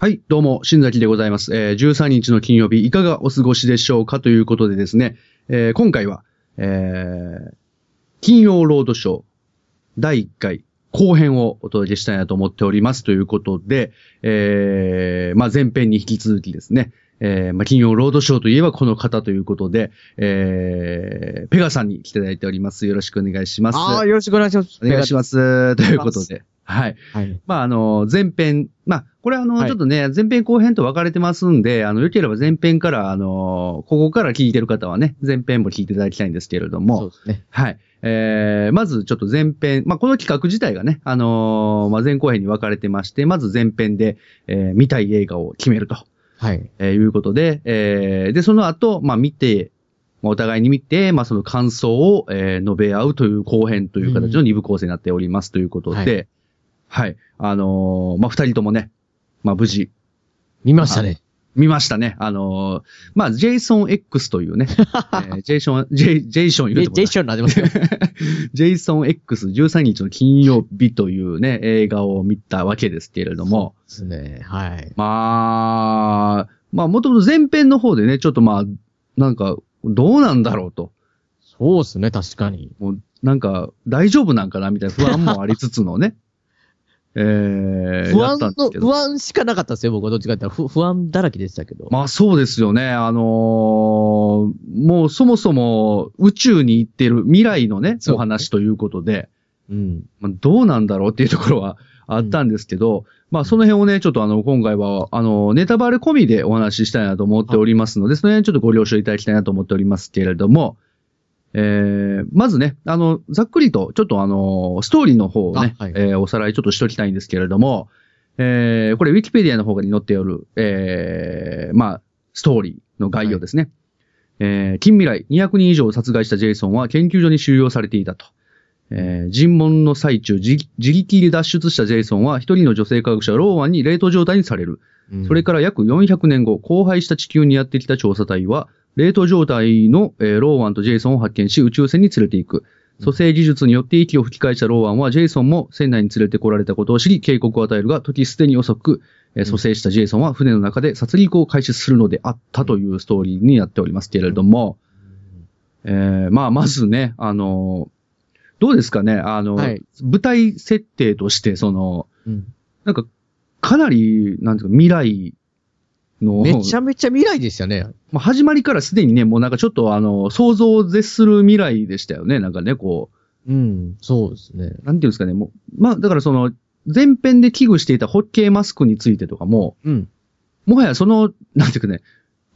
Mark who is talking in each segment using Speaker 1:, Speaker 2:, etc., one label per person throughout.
Speaker 1: はい、どうも、新崎でございます。えー、13日の金曜日、いかがお過ごしでしょうかということでですね、えー、今回は、えー、金曜ロードショー第1回後編をお届けしたいなと思っておりますということで、えー、まあ、前編に引き続きですね、えー、まあ、金曜ロードショーといえばこの方ということで、えー、ペガさんに来ていただいております。よろしくお願いします。
Speaker 2: ああ、よろしくお願いします。
Speaker 1: お願いし
Speaker 2: ま
Speaker 1: ます。ということで、はい。
Speaker 2: す。はい。
Speaker 1: まあ、あの、前編、まあ、これあの、
Speaker 2: はい
Speaker 1: ちょっとね、前編後編と分かれてますんで、あの、よければ前編から、あの、ここから聞いてる方はね、前編も聞いていただきたいんですけれど
Speaker 2: そ
Speaker 1: も
Speaker 2: う、ですね。
Speaker 1: はい。えー、まずちょっと前編、まあ、この企画自体がね、あのーまあ、前後編に分かれてまして、まず前編で、えー、見たい映画を決めると、
Speaker 2: はい。
Speaker 1: えーいうことで、えー、で、その後、まあ、見て、まあ、お互いに見て、まあ、その感想を、えー述べ合うという後編という形の
Speaker 2: うん
Speaker 1: 二部構成になっておりますということで、はい。あのーまあ、二人ともね、まあ、無事、
Speaker 2: 見ましたね。
Speaker 1: 見ましたね。あのーまあ、ジェイソン X という ね、えージェイソン、ジェイ、ジェイソン
Speaker 2: え
Speaker 1: 言う
Speaker 2: ジ
Speaker 1: てもな
Speaker 2: ェイションになってますよ。
Speaker 1: ジェイソン X13 日の金曜日というね、映画を見たわけですけれども、
Speaker 2: そうですね。はい。
Speaker 1: まあ、まあ、もともと前編の方でね、ちょっとまあ、なんか、どうなんだろうと。
Speaker 2: そうですね、確かに。
Speaker 1: もう、なんか、大丈夫なんかなみたいな不安もありつつの ね。えー、
Speaker 2: 不
Speaker 1: や
Speaker 2: 安
Speaker 1: ったんで
Speaker 2: の、
Speaker 1: すけど
Speaker 2: 不安しかなかったですよ、僕はどっちかって言ったら。不不安だらけでしたけど。
Speaker 1: まあそうですよね。あのーもうそもそも宇宙に行ってる未来のね、
Speaker 2: そう
Speaker 1: お話ということで、
Speaker 2: うん。
Speaker 1: まあ、どうなんだろうっていうところはあったんですけど、まあその辺をね、ちょっとあの、今回は、あの、ネタバレ込みでお話ししたいなと思っておりますので、その辺ちょっとご了承いただきたいなと思っておりますけれども、えー、まずね、あの、ざっくりと、ちょっとあの、ストーリーの方をね、
Speaker 2: あはい
Speaker 1: えーおさらいちょっとしときたいんですけれども、えー、これ、ウィキペディアの方に載っておる、えー、まあ、ストーリーの概要ですね。えー近未来、200人以上を殺害したジェイソンは研究所に収容されていたと。えー尋問の最中、自自力で脱出したジェイソンは一人の女性科学者ローアンに冷凍状態にされる。
Speaker 2: うん
Speaker 1: それから約400年後、荒廃した地球にやってきた調査隊は、冷凍状態の、えーローアンとジェイソンを発見し宇宙船に連れて行く。蘇生技術によって息を吹き返したローアンは、ジェイソンも船内に連れてこられたことを知り、警告を与えるが、時すでに遅く、えー蘇生したジェイソンは船の中で殺戮を開始するのであったというストーリーになっておりますけれども、えーまあ、まずね、あのーどうですかね、あの、
Speaker 2: はい
Speaker 1: 舞台設定として、その、
Speaker 2: うん
Speaker 1: なんか、かなり、なんていうか、未来の、
Speaker 2: めちゃめちゃ未来でしたね。
Speaker 1: まあ、始まりからすでにね、もうなんかちょっとあの、想像を絶する未来でしたよね、なんかね、こ
Speaker 2: うん。そうですね。
Speaker 1: う、なんていうんですかね、もう、まあ、だからその、前編で危惧していたホッケーマスクについてとかも、
Speaker 2: うん。
Speaker 1: もはやその、なんていうかね、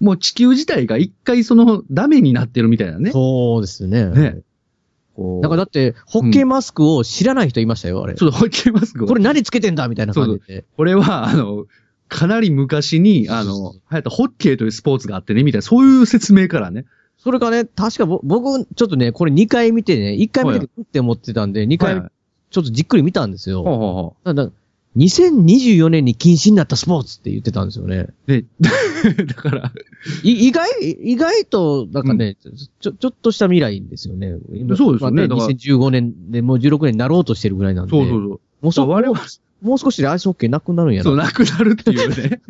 Speaker 1: もう地球自体が一回その、ダメになってるみたいなね。
Speaker 2: そうですね。
Speaker 1: ねこう
Speaker 2: なんかだって、ホッケーマスクを知らない人いましたよ、あれ。
Speaker 1: そう、ホッケーマスクを
Speaker 2: これ何つけてんだみたいな感じで。
Speaker 1: これは、あの、かなり昔に、あ
Speaker 2: そうそ
Speaker 1: の
Speaker 2: うそ、
Speaker 1: 流行ったホッケーというスポーツがあってね、みたいな、そういう説明からね。
Speaker 2: それがね、確かぼ僕、ちょっとね、これ2回見てね、1回見
Speaker 1: は
Speaker 2: てうんって思ってたんで、2回
Speaker 1: はい
Speaker 2: ちょっとじっくり見たんですよ。
Speaker 1: ほうほうほ
Speaker 2: なんだ2024年に禁止になったスポーツって言ってたんですよね。
Speaker 1: う。で、 だから、
Speaker 2: い意外、意外と、なんかね、ちょ、ちょっとした未来ですよね。今
Speaker 1: そうですよね
Speaker 2: ま
Speaker 1: だ
Speaker 2: あ
Speaker 1: から
Speaker 2: ね2015年でもう16年になろうとしてるぐらいなんで。
Speaker 1: そうそうそう。
Speaker 2: もうそ
Speaker 1: 我々
Speaker 2: もう少しでアイスホッケーなくなるんや
Speaker 1: そう、
Speaker 2: な。
Speaker 1: なくなるっていう ね。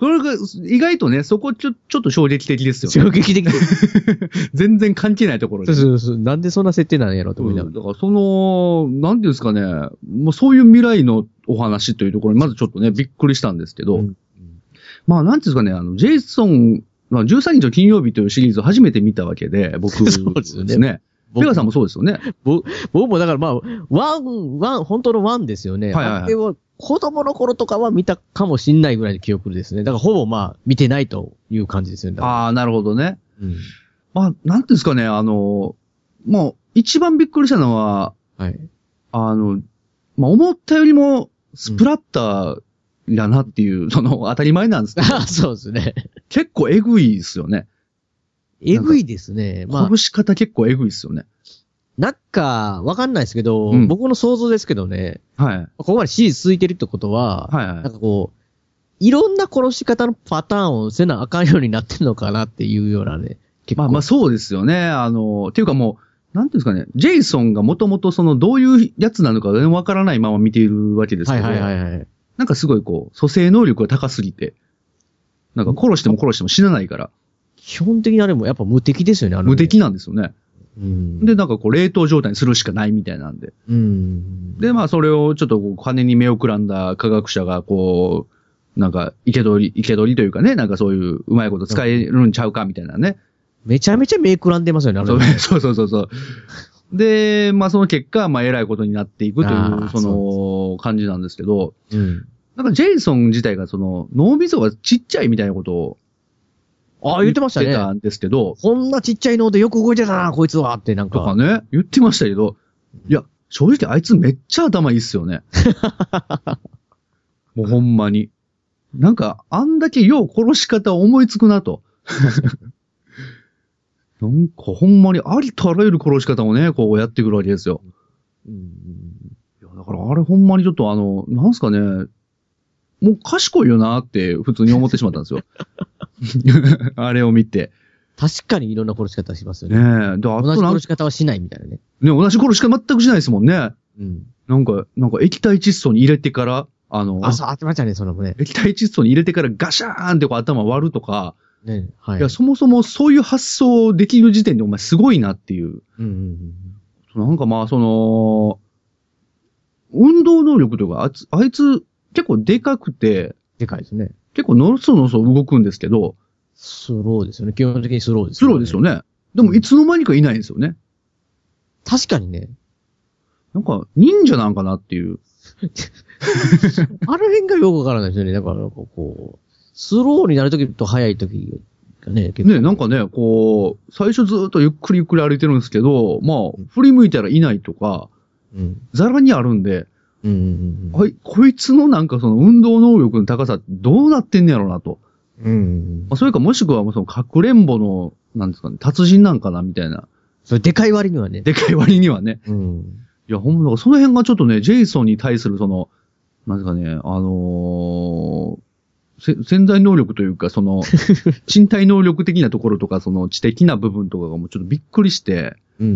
Speaker 1: これが、意外とね、そこちょ、ちょっと衝撃的ですよ、ね。
Speaker 2: 衝撃的。そ
Speaker 1: 全然関係ないところで。
Speaker 2: うそうそう。なんでそんな設定なんやろと
Speaker 1: う
Speaker 2: 思
Speaker 1: ん
Speaker 2: いな
Speaker 1: だ
Speaker 2: がら。
Speaker 1: から、その、なんていうんですかね、もうそういう未来のお話というところに、まずちょっとね、びっくりしたんですけど、
Speaker 2: うん
Speaker 1: まあ、なんていうんですかね、あの、ジェイソン、まあ、13日の金曜日というシリーズを初めて見たわけで、僕、
Speaker 2: そうですよね
Speaker 1: ね。ペガさん
Speaker 2: も、
Speaker 1: もそうですよね。
Speaker 2: 僕もだからまあ、ワン、ワン、本当のワンですよ
Speaker 1: は
Speaker 2: ね。
Speaker 1: いはいはい
Speaker 2: あれは子供の頃とかは見たかもしんないぐらいの記憶ですね。だからほぼまあ、見てないという感じですよね。だから
Speaker 1: ああ、なるほどね。
Speaker 2: うん
Speaker 1: まあ、なんていうんですかね、あの、もう、一番びっくりしたのは、
Speaker 2: はい。
Speaker 1: あの、まあ、思ったよりも、スプラッターだなっていう、その、当たり前なんで すけど、
Speaker 2: あ そうですね。
Speaker 1: 結構エグいですよね。
Speaker 2: えぐいですね。まあ、
Speaker 1: 殺し方結構エグいですよね。
Speaker 2: なんか、わかんないですけど、
Speaker 1: うん
Speaker 2: 僕の想像ですけどね、
Speaker 1: はい。
Speaker 2: ここまでシリーズ続いてるってことは、
Speaker 1: はいはい
Speaker 2: なんかこう、いろんな殺し方のパターンをせなあかんようになってんのかなっていうようなね、結構。
Speaker 1: まあまあそうですよね。あの、っていうかもう、なんていうんですかね、ジェイソンがもともとその、どういうやつなのか全然わからないまま見ているわけです
Speaker 2: は
Speaker 1: け
Speaker 2: い
Speaker 1: ど、
Speaker 2: はいはいはい。
Speaker 1: なんかすごいこう、蘇生能力が高すぎて、なんか殺しても殺しても死なないから、
Speaker 2: 基本的にあれもやっぱ無敵ですよね、あの、
Speaker 1: 無敵。なんですよね。
Speaker 2: うん。
Speaker 1: で、なんかこう、冷凍状態にするしかないみたいなんで。
Speaker 2: うん。
Speaker 1: で、まあ、それをちょっとこう金に目をくらんだ科学者が、こう、なんか、生け捕り、生け捕りというかね、なんかそういう、うまいこと使えるんちゃうかみたいなね。
Speaker 2: めちゃめちゃ目くらんでますよね、あれ
Speaker 1: そう そうそうそうそう。で、まあ、その結果、まあ、えらいことになっていくとい
Speaker 2: あ
Speaker 1: う、
Speaker 2: ー
Speaker 1: その、感じなんですけど、
Speaker 2: うん。
Speaker 1: なんか、ジェイソン自体が、その、脳みそがちっちゃいみたいなことを、
Speaker 2: ああ、言ってました
Speaker 1: 言って
Speaker 2: ね。
Speaker 1: たんですけど、
Speaker 2: こんなちっちゃいのでよく動いてたな、こいつはって、なん
Speaker 1: とか
Speaker 2: か。
Speaker 1: ね、言ってましたけど、いや、正直あいつめっちゃ頭いいっすよね。もうほんまに。なんか、あんだけよう殺し方思いつくなと。 なんかほんまにありとあらゆる殺し方をね、こうやってくるわけですよ。
Speaker 2: うん
Speaker 1: いや、だからあれほんまにちょっとあの、なんすかね、もう賢いよなって普通に思ってしまったんですよ。 あれを見て。
Speaker 2: 確かにいろんな殺し方しますよ
Speaker 1: ね
Speaker 2: ね。
Speaker 1: え。で、あ
Speaker 2: 同
Speaker 1: と
Speaker 2: じ
Speaker 1: なん
Speaker 2: 殺
Speaker 1: ね、
Speaker 2: し方はしないみたいなね。
Speaker 1: 同じ殺し方全くしないですもんね。
Speaker 2: うん。
Speaker 1: なんか、なんか液体窒素に入れてから、あの、
Speaker 2: あ、そう、あってましたね、そのもね。
Speaker 1: 液体窒素に入れてからガシャーンってこう頭割るとか、、
Speaker 2: ね、はいい。
Speaker 1: や、そもそもそういう発想できる時点でお前すごいなっていう。
Speaker 2: うんうんうん。
Speaker 1: なんかまあ、その、運動能力というか、あいつ、あいつ結構でかくて、
Speaker 2: でかいですね。
Speaker 1: 結構のそのそ動くんですけど、
Speaker 2: スローですよね。基本的にスローです
Speaker 1: ス
Speaker 2: よね。
Speaker 1: ローですよね。でもいつの間にかいないんですよね。
Speaker 2: 確かにね。
Speaker 1: なんか忍者なんかなっていう。
Speaker 2: あの辺がよくわからないですよね。だから、なんかこう、スローになるときと速いときがね、結構
Speaker 1: ね、なんかね、こう、最初ずっとゆっくりゆっくり歩いてるんですけど、まあ、振り向いたらいないとか、
Speaker 2: うん。
Speaker 1: ザラにあるんで、
Speaker 2: うんうんうん。。
Speaker 1: はいい、こいつのなんかその運動能力の高さってどうなってんねやろうなと。
Speaker 2: うんうんう
Speaker 1: まあ、
Speaker 2: ん。
Speaker 1: それかもしくはもうそのかくれんぼの、なんですかね、達人なんかなみたいな。
Speaker 2: それでかい割にはね。
Speaker 1: でかい割にはね。
Speaker 2: うん。
Speaker 1: いや、ほんまだからその辺がちょっとね、ジェイソンに対するその、なんですかね、あのーせ潜在能力というか、その、身体能力的なところとか、その知的な部分とかがもうちょっとびっくりして、
Speaker 2: うん。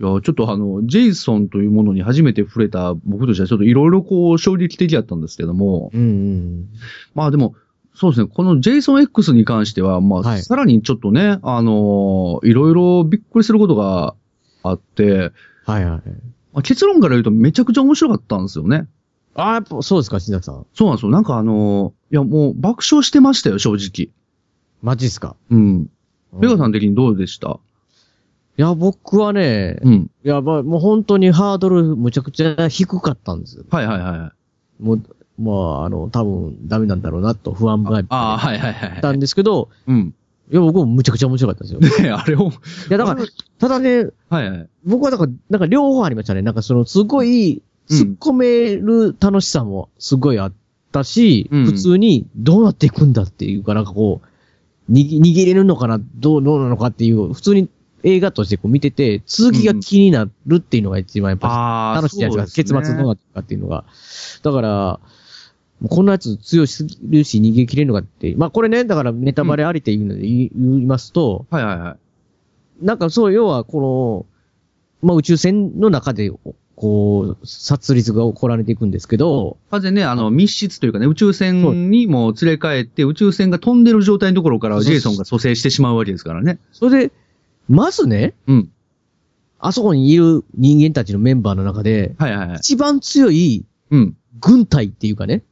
Speaker 1: いや、ちょっとあの、ジェイソンというものに初めて触れた僕としてはちょっといろいろこう衝撃的だったんですけども、
Speaker 2: うんうん
Speaker 1: まあでも、そうですね、この JSONX に関しては、まあ、
Speaker 2: はい
Speaker 1: さらにちょっとね、あのーいろいろびっくりすることがあって、
Speaker 2: うん。はいは
Speaker 1: ま
Speaker 2: い。
Speaker 1: あ、結論から言うとめちゃくちゃ面白かったんですよね。
Speaker 2: ああ、やっぱそうですか、新崎さん。
Speaker 1: そうなんですよ。なんかあのーいやもう爆笑してましたよ、正直。
Speaker 2: マジっすか。
Speaker 1: うん。
Speaker 2: う
Speaker 1: ペガさ
Speaker 2: い
Speaker 1: ん的にどうでした
Speaker 2: や、僕はね、
Speaker 1: うん。
Speaker 2: いや、まあ、もう本当にハードルむちゃくちゃ低かったんですよ。
Speaker 1: はいはいはいはい。
Speaker 2: もう、まあ、あの、多分ダメなんだろうなと不安がいっ
Speaker 1: ああ、
Speaker 2: ぱ
Speaker 1: はいはい
Speaker 2: い
Speaker 1: は
Speaker 2: あ
Speaker 1: い
Speaker 2: った
Speaker 1: はい。
Speaker 2: んですけど、
Speaker 1: うん。
Speaker 2: いや、僕もむちゃくちゃ面白かったですよ。い
Speaker 1: ねあれを、
Speaker 2: や、だから、ただね、
Speaker 1: はいはい。
Speaker 2: 僕はだから、なんか両方ありましたね。なんかその、すごい、
Speaker 1: うん
Speaker 2: 突っ込める楽しさもすごいあったし、
Speaker 1: うん
Speaker 2: 普通にどうなっていくんだっていうか、なんかこう、にぎ逃げれるのかな、どう、どうなのかっていう、普通に映画としてこう見てて、続きが気になるっていうのが一番やっぱ
Speaker 1: あ
Speaker 2: 楽しいやつが、結末どうな
Speaker 1: が。
Speaker 2: ったかっていうのが。だから、もうこんなやつ強すぎるし逃げ切れるのかって。まあこれね、だからネタバレありっていうので言い,、ますと、
Speaker 1: はいはいはい。
Speaker 2: なんかそう、要はこの、まあ宇宙船の中で、こう、殺率が起こられていくんですけど、
Speaker 1: 完全にね、あの、密室というかね、宇宙船にもう連れ帰って、宇宙船が飛んでる状態のところから
Speaker 2: そう
Speaker 1: ジ
Speaker 2: そう
Speaker 1: ェイソンが蘇生してしまうわけですからね。
Speaker 2: それで、まずね、
Speaker 1: うん。
Speaker 2: あそこにいる人間たちのメンバーの中で、
Speaker 1: はいはいはい。
Speaker 2: 一番強い
Speaker 1: うん。
Speaker 2: 軍隊っていうかね、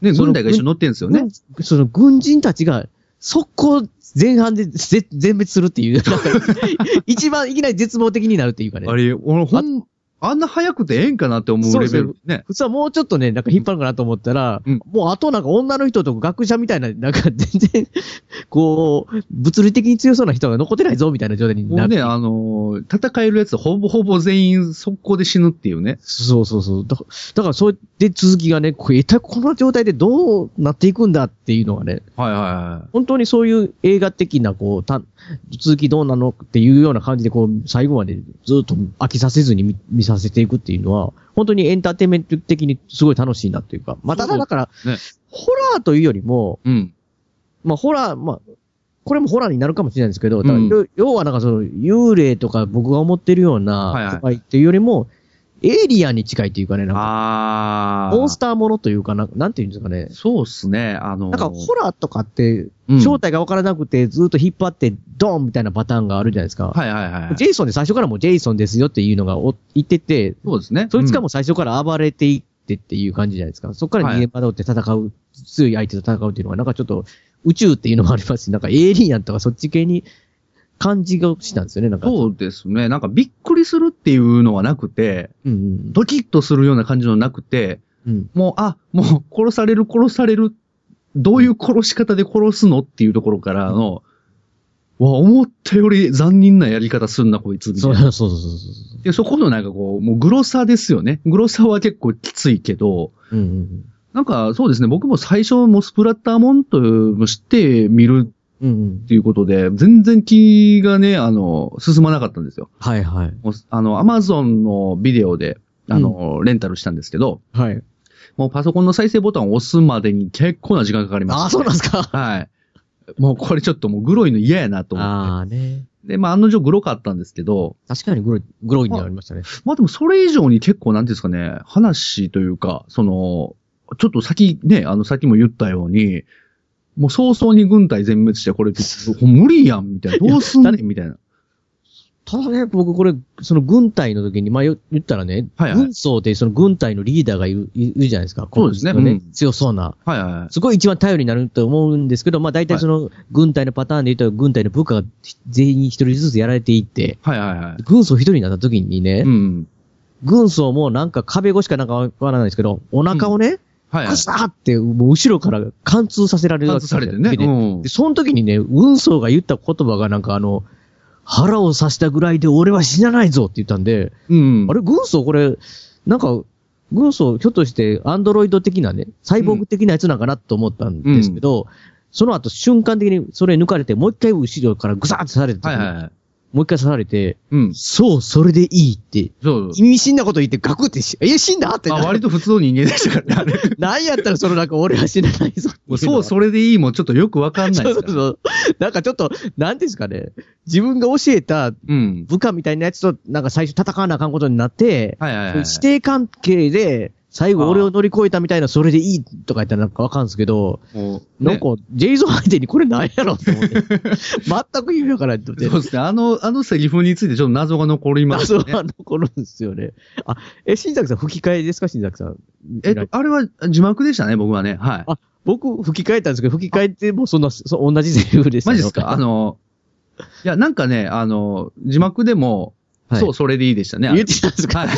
Speaker 1: ね、
Speaker 2: その
Speaker 1: 軍隊が一緒に乗ってるんですよね。
Speaker 2: 軍その軍人たちが、速攻前半でぜ全滅するっていう、なんか 一番いきなり絶望的になるっていうかね
Speaker 1: あ。れ、俺、ほん、あんな早くてええんかなって思うレベル。ね。
Speaker 2: 普通はもうちょっとね、なんか引っ張るかなと思ったら、
Speaker 1: うん
Speaker 2: もうあとなんか女の人と学者みたいな、なんか全然、 こう、物理的に強そうな人が残ってないぞみたいな状態に
Speaker 1: も
Speaker 2: な
Speaker 1: う
Speaker 2: る。
Speaker 1: ね、あのー戦えるやつほぼほぼ全員速攻で死ぬっていうね。
Speaker 2: そうそうそう。だだから、そうやって続きがね、これ一体この状態でどうなっていくんだっていうのがね、
Speaker 1: はいはいはい。
Speaker 2: 本当にそういう映画的な、こう、た、続きどうなのっていうような感じで、こう、最後までずっと飽きさせずに見見させていくっていうのは、本当にエンターテインメント的にすごい楽しいなっていうか、まあ、
Speaker 1: そう
Speaker 2: ただだから、
Speaker 1: ね
Speaker 2: ホラーというよりも、
Speaker 1: うん。
Speaker 2: まあ、ホラー、まあ、これもホラーになるかもしれないんですけど、だから
Speaker 1: うん
Speaker 2: 要要はなんかその、幽霊とか僕が思ってるよう
Speaker 1: はいはい
Speaker 2: な、怖いっていうよりも、エイリアンに近いというかね、なんか、
Speaker 1: ああ。
Speaker 2: モンスターものというかな、なんていうんですかね。
Speaker 1: そうっすね。あのー、
Speaker 2: なんか、ホラーとかって、
Speaker 1: うん
Speaker 2: 正体がわからなくて、ずっと引っ張って、ドーンみたいなパターンがあるじゃないですか。
Speaker 1: はいはいはい。
Speaker 2: ジェイソンで最初からもうジェイソンですよっていうのがお言ってて、
Speaker 1: そうですね。
Speaker 2: そいつが
Speaker 1: も、
Speaker 2: もう最初から暴れていってっていう感じじゃないですか。そこから逃げ惑って戦う、強い相手と戦うっていうのが、なんかちょっと、宇宙っていうのもありますし、なんかエイリアンとかそっち系に感じがしたんですよね、なんか。
Speaker 1: そうですね。なんかびっくりするっていうのはなくて、
Speaker 2: うんうん
Speaker 1: ドキッとするような感じのなくて、
Speaker 2: うん。
Speaker 1: もう、あ、もう殺される殺される、どういう殺し方で殺すのっていうところからの、わ、思ったより残忍なやり方すんな、こいつ、みた
Speaker 2: そ
Speaker 1: いうな。
Speaker 2: そうそうそうそ
Speaker 1: で、そこのなんかこう、もうグロさですよね。グロさは結構きついけど、
Speaker 2: う。うんうん
Speaker 1: なんかそうですね、僕も最初もスプラッターモンとして見る
Speaker 2: うん。うんうん
Speaker 1: っ。ていうことで、全然気がね、あの、進まなかったんですよ。
Speaker 2: はいはい。
Speaker 1: もうあの、アマゾンのビデオで、あの、レンタルしたんですけど、
Speaker 2: はい。
Speaker 1: もうパソコンの再生ボタンを押すまでに結構な時間かかりました
Speaker 2: ああ、そうなんですか。
Speaker 1: はい。もうこれちょっともうグロいの嫌やなと思っ
Speaker 2: ああね。
Speaker 1: て。で、まあ案の定グロかったんですけど、
Speaker 2: 確かにグロい、グロいになりましたね。
Speaker 1: まあでもそれ以上に結構なんていうんですかね、話というか、その、ちょっと先ね、あのさっきも言ったように、もう早々に軍隊全滅して、これ、無理やんみたいな。どうすんねんみたいな。
Speaker 2: ただね、僕これ、その軍隊の時に、まあよ言ったらね、
Speaker 1: はいはい
Speaker 2: 軍曹でその軍隊のリーダーがいるいいるじゃないですか。
Speaker 1: そうですね
Speaker 2: この
Speaker 1: うん
Speaker 2: 強そうな。
Speaker 1: はいはいはい。
Speaker 2: すごい一番頼りになると思うんですけど、まあ大体その軍隊のパターンで言うと、軍隊の部下が全員一人ずつやられていって、
Speaker 1: はいはいはい。
Speaker 2: 軍曹一人になった時にね、
Speaker 1: うん。
Speaker 2: 軍曹もなんか壁越しかなんかわからないですけど、お腹をね、
Speaker 1: はいはい
Speaker 2: ぐ。さーって、もう後ろから貫通させられる
Speaker 1: 観
Speaker 2: わ
Speaker 1: 察
Speaker 2: け
Speaker 1: されてね。
Speaker 2: で
Speaker 1: うん
Speaker 2: で、。その時にね、軍曹が言った言葉がなんかあの、腹を刺したぐらいで俺は死なないぞって言ったんで、
Speaker 1: うん。
Speaker 2: あれ、軍曹これ、なんか、軍曹ひょっとしてアンドロイド的なね、サイボーグ的なやつなんかなと思ったんですけど、その後瞬間的にそれ抜かれて、もう一回後ろからぐさーって刺されて、
Speaker 1: はいはいはい。
Speaker 2: もう一回刺されて、
Speaker 1: うん。
Speaker 2: そう、それでいいって、
Speaker 1: そう。
Speaker 2: 意味深なこと言ってガクってし、え、死んだって
Speaker 1: ま
Speaker 2: な
Speaker 1: あ割と普通の人間でしたからねあれ。
Speaker 2: なんやったらそのなんか俺は死なないぞってい
Speaker 1: もうそう、
Speaker 2: う
Speaker 1: それでいいもんちょっとよくわかん
Speaker 2: の
Speaker 1: ない
Speaker 2: が。
Speaker 1: です
Speaker 2: そ
Speaker 1: から
Speaker 2: うそうそう。なんかちょっと、なんですかね。自分が教えた
Speaker 1: うん。
Speaker 2: 部下みたいなやつと、なんか最初戦わなあかんことになって、
Speaker 1: はいはいはい。
Speaker 2: 指定関係で、最後俺を乗り越えたみたいな、それでいいとか言ったらなんかわかるんですけど、
Speaker 1: もう
Speaker 2: なん
Speaker 1: ね
Speaker 2: か、ジェイソン相手にこれなんやろと思って。 全く意味わからんと思
Speaker 1: そう
Speaker 2: って。
Speaker 1: ですね。あの、あのセリフについてちょっと謎が残ります
Speaker 2: 謎
Speaker 1: ね。
Speaker 2: は残るんですよね。あ、え、新作さん吹き替えですか新作さん。
Speaker 1: えっと、あれは字幕でしたね、僕はね。はい。
Speaker 2: あ僕、吹き替えたんですけど、吹き替えってもうそんな、そ同じセリフでした
Speaker 1: マ
Speaker 2: よ
Speaker 1: ジですかあ、の、いや、なんかね、あの、字幕でも、
Speaker 2: はい
Speaker 1: そう、それでいいでしたね。あ
Speaker 2: 言っ
Speaker 1: れ
Speaker 2: てたんですか、
Speaker 1: は い。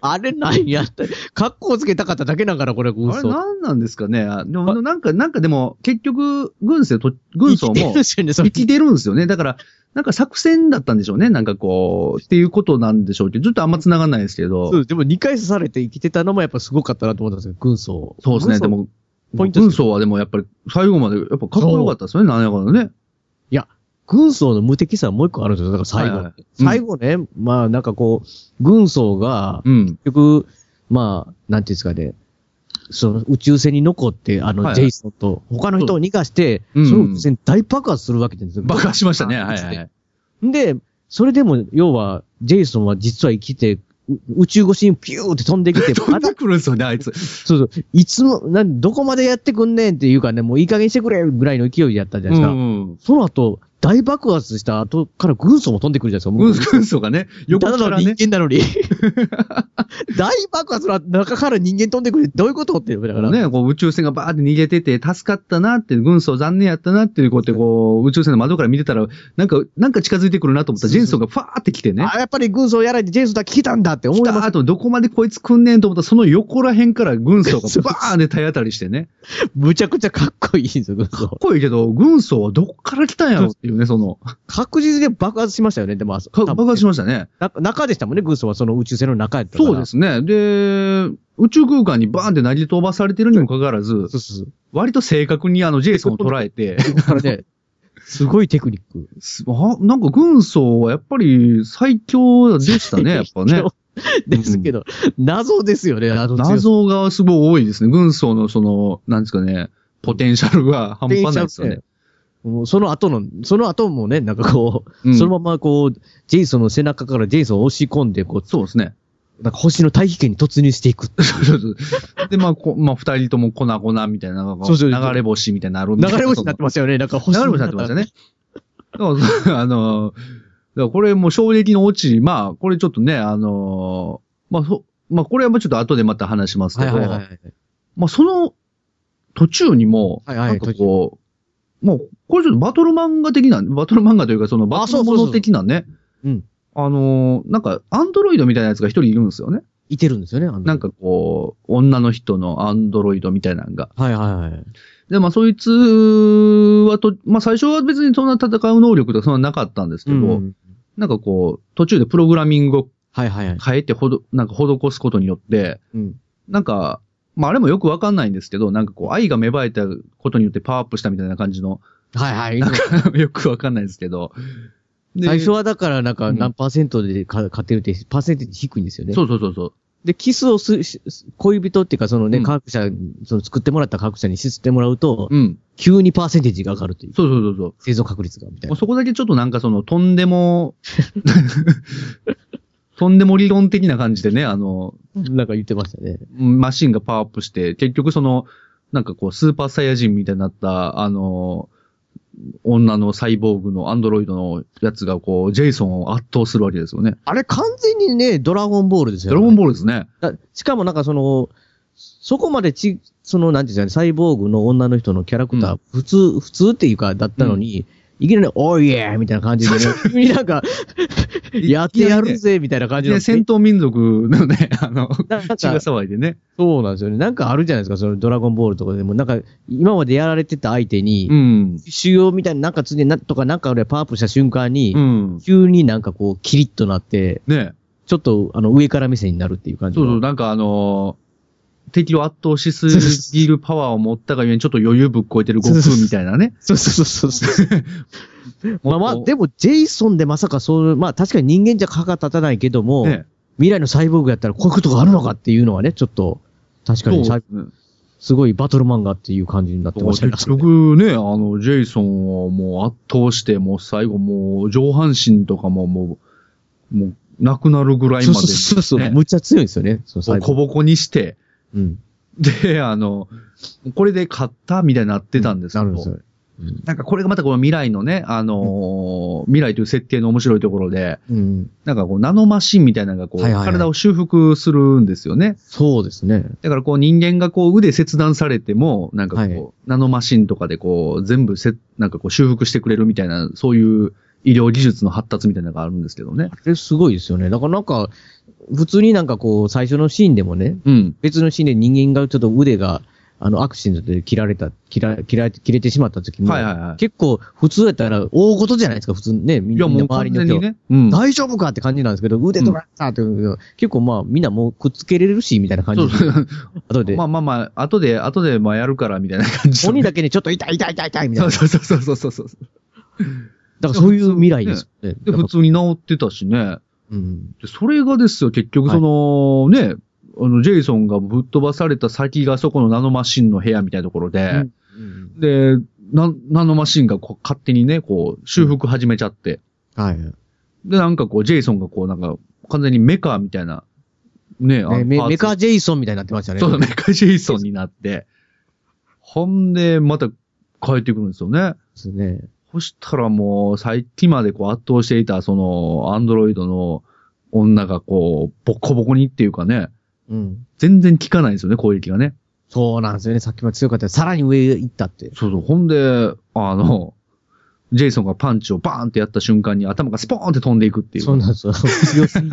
Speaker 2: あれなんやって。格好つけたかっただけなんかな、これ、軍
Speaker 1: あれ
Speaker 2: 曹。
Speaker 1: 何なんですかねあでも、なんか、なんかでも、結局、軍曹と、軍曹
Speaker 2: 生
Speaker 1: も
Speaker 2: きてるんで、すよね、
Speaker 1: 生
Speaker 2: それ
Speaker 1: きてるんですよね。だから、なんか作戦だったんでしょうね。なんかこう、っていうことなんでしょうけど、ちょっとあんま繋がんないですけど。
Speaker 2: そうでも2回刺されて生きてたのもやっぱすごかったなと思ったんですよ、軍曹。
Speaker 1: そうですね。
Speaker 2: 軍曹
Speaker 1: でも、
Speaker 2: ポイントです
Speaker 1: 軍曹はでもやっぱり最後までやっぱかっこよかったですよね。なんやかんだね。
Speaker 2: 軍曹の無敵さはもう一個あるんですよ。だから最後。
Speaker 1: はいはいうん
Speaker 2: 最後ね、まあなんかこう、軍曹が、
Speaker 1: うん。
Speaker 2: 結局、まあ、なんていうんですかね、その宇宙船に残って、あ
Speaker 1: はいは
Speaker 2: の、
Speaker 1: い
Speaker 2: ジェイソンと他の人を逃がして、
Speaker 1: うんうん
Speaker 2: その宇宙船大爆発するわけですよ。
Speaker 1: 爆発しましたね。はいはいはい。
Speaker 2: で、それでも、要は、ジェイソンは実は生きて、う宇宙越しにピューって飛んでき て、
Speaker 1: 飛
Speaker 2: ま
Speaker 1: ん
Speaker 2: だ
Speaker 1: でくるんですよね、あいつ。
Speaker 2: そうそう、いつも、なん、どこまでやってくんねんっていうかね、もういい加減してくれぐらいの勢いでやったじゃ
Speaker 1: う
Speaker 2: ないですか。
Speaker 1: ん。
Speaker 2: その後、大爆発した後から軍曹も飛んでくるじゃないですか。もう
Speaker 1: 軍軍曹がね、横
Speaker 2: た
Speaker 1: か
Speaker 2: だの
Speaker 1: ら
Speaker 2: 人
Speaker 1: ね。
Speaker 2: 間なの に。大爆発の中から人間飛んでくるってどういうことって言うだから。
Speaker 1: ね、こう宇宙船がバーって逃げてて、助かったなって、軍曹残念やったなっていうことで、こう、宇宙船の窓から見てたら、なんか、なんか近づいてくるなと思ったら、ジェンソンがファーって来てね。
Speaker 2: あ、やっぱり軍曹やられてジェイソンだけ来たんだって思い
Speaker 1: 来
Speaker 2: ま
Speaker 1: た
Speaker 2: す。
Speaker 1: あと、どこまでこいつくんねんと思ったら、その横ら辺から軍曹がバーンで体当たりしてね。
Speaker 2: むちゃくちゃかっこいいんですよ、軍曹。
Speaker 1: 濃いけど、軍曹はどっから来たんやろっていうね、その、
Speaker 2: 確実に爆発しましたよね、でも、あそ
Speaker 1: か爆発しましたね。
Speaker 2: な中でしたもんね、軍曹はその宇宙船の中やったから。
Speaker 1: そうで。すね。で、宇宙空間にバーンって投げ飛ばされてるにもかかわらず、
Speaker 2: そうそうそう。
Speaker 1: 割と正確にあのジェイソンを捉え て、
Speaker 2: だか らね、すごいテクニック。
Speaker 1: すあなんか軍曹はやっぱり最強でした ね、やっぱね。。
Speaker 2: ですけど、謎ですよね、あの強さ
Speaker 1: 謎がすごい多いですね。軍曹のその、なんですかね、ポテンシャルが半端ないですよね。
Speaker 2: もうその後の、その後もね、なんかこう、
Speaker 1: うん
Speaker 2: そのままこう、ジェイソンの背中からジェイソンを押し込んで、こう、
Speaker 1: そうですね。
Speaker 2: なんか星の大気圏に突入していく。
Speaker 1: そうそうそうで、まあ、こまあ、二人とも粉々みたいな、なんか
Speaker 2: そうそう
Speaker 1: 流れ星みたいになるん
Speaker 2: 流
Speaker 1: だけど
Speaker 2: れ星になってましたよね。なんか
Speaker 1: 流
Speaker 2: 星
Speaker 1: れ星になってましたね。だからそう あのー、だからこれもう衝撃のオチ、まあ、これちょっとね、あのー、まあ、そ、まあ、これはもうちょっと後でまた話しますけ
Speaker 2: はい
Speaker 1: ど、
Speaker 2: はいはいはい。
Speaker 1: まあ、その途中にも、
Speaker 2: はいはい
Speaker 1: なんかこう、もう、これちょっとバトル漫画的な、バトル漫画というか、そのバトルもの的なね、
Speaker 2: うん。
Speaker 1: あのー、なんか、アンドロイドみたいなやつが一人いるんですよね。
Speaker 2: いてるんですよね、あの
Speaker 1: なん。かこう、女の人のアンドロイドみたいなのが。
Speaker 2: はいはいはい。
Speaker 1: で、まあ、そいつはと、まあ、最初は別にそんな戦う能力とかそんななかったんですけど、
Speaker 2: うん
Speaker 1: なんかこう、途中でプログラミングを
Speaker 2: はいはいはい。
Speaker 1: 変えてほど、なんか施すことによって、
Speaker 2: うん。
Speaker 1: なんか、まあ、あれもよくわかんないんですけど、なんかこう、愛が芽生えたことによってパワーアップしたみたいな感じの、
Speaker 2: はいはい。
Speaker 1: なんかよくわかんないですけど。で
Speaker 2: 最初はだからなんか
Speaker 1: うん
Speaker 2: 何パーセントでか勝てるって、パーセンテージ低いんですよね。
Speaker 1: そうそうそうそう。
Speaker 2: で、キスをす、し恋人っていうかそのね、
Speaker 1: うん
Speaker 2: 科学者に、その作ってもらった科学者に知ってもらうと、
Speaker 1: うん。
Speaker 2: 急にパーセンテージが上がるという。
Speaker 1: そうそうそうそう。
Speaker 2: 生存確率が、みたい
Speaker 1: もう
Speaker 2: な。
Speaker 1: そこだけちょっとなんかその、とんでも、 とんでも理論的な感じでね、あの、
Speaker 2: なんか言ってましたね。
Speaker 1: マシンがパワーアップして、結局その、なんかこう、スーパーサイヤ人みたいになった、あの、女のサイボーグのアンドロイドのやつがこう、ジェイソンを圧倒するわけですよね。
Speaker 2: あれ完全にね、ドラゴンボールですよ、
Speaker 1: ドラ
Speaker 2: ね。
Speaker 1: ゴン
Speaker 2: ボ
Speaker 1: ボールですね。
Speaker 2: ール。しかもなんかその、そこまでち、その、なんていうんですかね、サイボーグの女の人のキャラクター、普通、普通っていうか、だったのに、いきなり、おいえみたいな感じでね、急に なんか、やってやるぜ、みたいな感じの
Speaker 1: で、。戦闘民族のね、あの、
Speaker 2: なんか
Speaker 1: 血が騒いでね。
Speaker 2: そうなんですよね。なんかあるじゃないですか、そのドラゴンボールとかでも、なんか、今までやられてた相手に、
Speaker 1: うん。
Speaker 2: 主要みたいな、なんか常にな、とかなんか俺パワーアップした瞬間に、
Speaker 1: うん。
Speaker 2: 急になんかこう、キリッとなって、
Speaker 1: ね
Speaker 2: ちょっと、あの、上から目線になるっていう感じ
Speaker 1: そう
Speaker 2: の。
Speaker 1: そう、なんかあの敵を圧倒しすぎるパワーを持ったがゆえにちょっと余裕ぶっこえてる悟空みたいなね。
Speaker 2: そうそうそうそう。まあまあ、
Speaker 1: もっと
Speaker 2: でも、ジェイソンでまさかそう、まあ確かに人間じゃ歯が立たないけども、
Speaker 1: ね
Speaker 2: 未来のサイボーグやったらこういうことがあるのかっていうのはね、ちょっと、確
Speaker 1: そ
Speaker 2: か
Speaker 1: う
Speaker 2: に
Speaker 1: です
Speaker 2: さ
Speaker 1: ね。
Speaker 2: すごいバトル漫画っていう感じになってましたね。
Speaker 1: 結局ね、あの、ジェイソンをもう圧倒して、もう最後もう上半身とかももう、もう、なくなるぐらい
Speaker 2: そう
Speaker 1: ま
Speaker 2: そう
Speaker 1: で、
Speaker 2: そうそう、
Speaker 1: ね
Speaker 2: むっちゃ強いんですよね、その
Speaker 1: も
Speaker 2: サ
Speaker 1: う
Speaker 2: イボー
Speaker 1: コ
Speaker 2: グ。
Speaker 1: ボコにして、
Speaker 2: うん。
Speaker 1: で、あの、これで勝ったみたいになってたんですけ
Speaker 2: な
Speaker 1: ど、
Speaker 2: るんですよ。
Speaker 1: なんかこれがまたこの未来のね、あのー未来という設定の面白いところで、
Speaker 2: うん。
Speaker 1: なんかこうナノマシンみたいなのがこう、
Speaker 2: はいはいはい
Speaker 1: 体を修復するんですよね。
Speaker 2: そうですね。
Speaker 1: だからこう人間がこう腕切断されても、なんかこう、
Speaker 2: はい
Speaker 1: ナノマシンとかでこう全部せ、なんかこう修復してくれるみたいな、そういう医療技術の発達みたいなのがあるんですけどね。
Speaker 2: あれすごいですよね。だからなんか、普通になんかこう、最初のシーンでもね、
Speaker 1: うん。
Speaker 2: 別のシーンで人間がちょっと腕が、あの、アクシデントで切られた、切ら、切られて、切れてしまった時も、
Speaker 1: はいはいはい。
Speaker 2: 結構普通やったら大事じゃないですか、普通ね、み
Speaker 1: い
Speaker 2: んな
Speaker 1: やもう
Speaker 2: 周り
Speaker 1: 完全
Speaker 2: の人
Speaker 1: に
Speaker 2: は。
Speaker 1: ね。うん。
Speaker 2: 大丈夫かって感じなんですけど、腕とかさって、結構まあみんなもうくっつけれるし、みたいな感
Speaker 1: そ
Speaker 2: じ
Speaker 1: う
Speaker 2: で。
Speaker 1: そう。
Speaker 2: 後で、
Speaker 1: まあまあまあ、後で、後でまあやるからみたいな感じで。
Speaker 2: 鬼だけにちょっと痛い痛い痛い痛いみたい
Speaker 1: そ
Speaker 2: な
Speaker 1: う。そうそうそうそうそう。
Speaker 2: だからそういう未来ですよね。
Speaker 1: で、
Speaker 2: なん
Speaker 1: 普
Speaker 2: か
Speaker 1: 通に治ってたしね。
Speaker 2: うん。
Speaker 1: で、それがですよ、結局その、ね、あの、ジェイソンがぶっ飛ばされた先がそこのナノマシンの部屋みたいなところで、
Speaker 2: うん
Speaker 1: で、な、ナノマシンがこう勝手にね、こう、修復始めちゃって。
Speaker 2: はい。
Speaker 1: で、なんかこう、ジェイソンがこう、なんか、完全にメカみたいな、ね、あの
Speaker 2: ねメ
Speaker 1: パーツ
Speaker 2: メカジェイソンみたいになってましたね。
Speaker 1: そうだ、メカジェイソンになって。ほんで、また変えてくるんですよね。
Speaker 2: ですね。
Speaker 1: そしたらもう、最近までこう、圧倒していた、その、アンドロイドの女がこう、ボコボコにっていうかね、
Speaker 2: うん。
Speaker 1: 全然効かないんですよね、攻撃がね。
Speaker 2: そうなんですよね。さっきまで強かった。さらに上行ったって。
Speaker 1: そうそう。ほんで、あの、 ジェイソンがパンチをバーンってやった瞬間に頭がスポーンって飛んでいくっていう。
Speaker 2: そうなんですよ。強すぎ。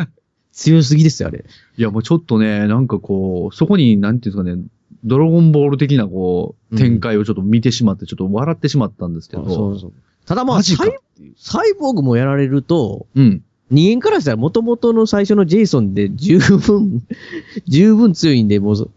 Speaker 2: 強すぎですよ、あれ。
Speaker 1: いや、もうちょっとね、なんかこう、そこに、なんていうんですかね、ドラゴンボール的なこ
Speaker 2: う
Speaker 1: う、
Speaker 2: ん
Speaker 1: 展開をちょっと見てしまって、ちょっと笑ってしまったんですけど。
Speaker 2: そうそう。ただまあ、
Speaker 1: マジか
Speaker 2: サイサイボーグもやられると、
Speaker 1: うん。
Speaker 2: 人間からしたら元々の最初のジェイソンで十分、 十分強いんで、もうそ、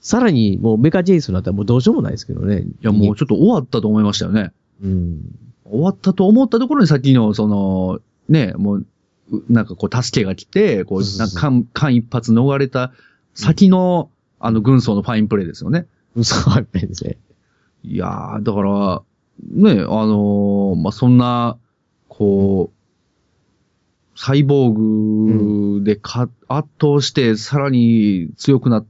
Speaker 2: さらにもうメカジェイソンだったらもうどうしようもないですけどね。い
Speaker 1: いや、もう、ちょっと終わったと思いましたよね。
Speaker 2: うん。
Speaker 1: 終わったと思ったところに先の、その、ね、もう、うなんかこう、助けが来て、こ
Speaker 2: そう
Speaker 1: う、
Speaker 2: そ
Speaker 1: な
Speaker 2: うんそう
Speaker 1: か間、間一発逃れた先の、あの、軍曹のファインプレーですよね。
Speaker 2: 嘘はっぺんですね。
Speaker 1: いやー、だから、ね、あのーまあ、そんな、こう、サイボーグでか、圧倒して、さらに強くなっ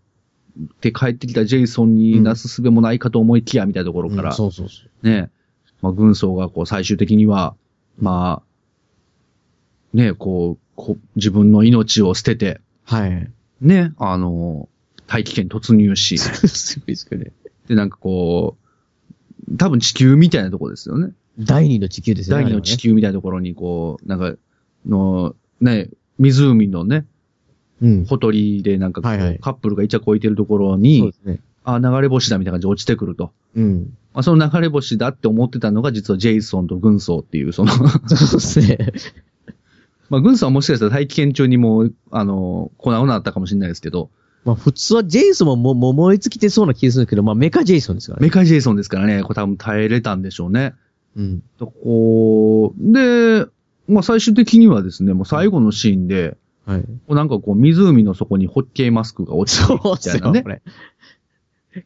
Speaker 1: て帰ってきたジェイソンになすすべもないかと思いきや、みたいなところから、
Speaker 2: うんそうそうそう。
Speaker 1: ね、まあ、軍曹がこう最終的には、まあ、ね、こう、こ自分の命を捨てて、
Speaker 2: はい。
Speaker 1: ね、あの、大気圏突入し、
Speaker 2: すごいですけどね。
Speaker 1: で、なんかこう、多分地球みたいなとこですよね。
Speaker 2: 第二の地球ですよね。
Speaker 1: 第二の地球みたいなところに、こう、なんか、の、ね、湖のね、
Speaker 2: あれはね。うん。
Speaker 1: ほとりでなんかこう、
Speaker 2: はいはい
Speaker 1: カップルがイチャこいてるところ
Speaker 2: そう
Speaker 1: に
Speaker 2: で、すね。
Speaker 1: あ、流れ星だみたいな感じで落ちてくると。
Speaker 2: うん。
Speaker 1: まあ、その流れ星だって思ってたのが、実はジェイソンと軍曹っていう、その、
Speaker 2: そうですね。
Speaker 1: まあ、軍曹はもしかしたら大気圏中にもう、あの、粉々だったかもしれないですけど、
Speaker 2: まあ普通はジェイソンももう燃え尽きてそうな気がするんですけど、まあメカジェイソンですからね。
Speaker 1: メカジェイソンですからね、これ多分耐えれたんでしょうね。
Speaker 2: うん。
Speaker 1: とこう、で、まあ、最終的にはですね、もう最後のシーンで、
Speaker 2: はい。
Speaker 1: なんかこう、湖の底にホッケーマスクが落ちて
Speaker 2: そう
Speaker 1: るみ
Speaker 2: で
Speaker 1: た
Speaker 2: す
Speaker 1: いな
Speaker 2: よ、
Speaker 1: ね
Speaker 2: こ。れ。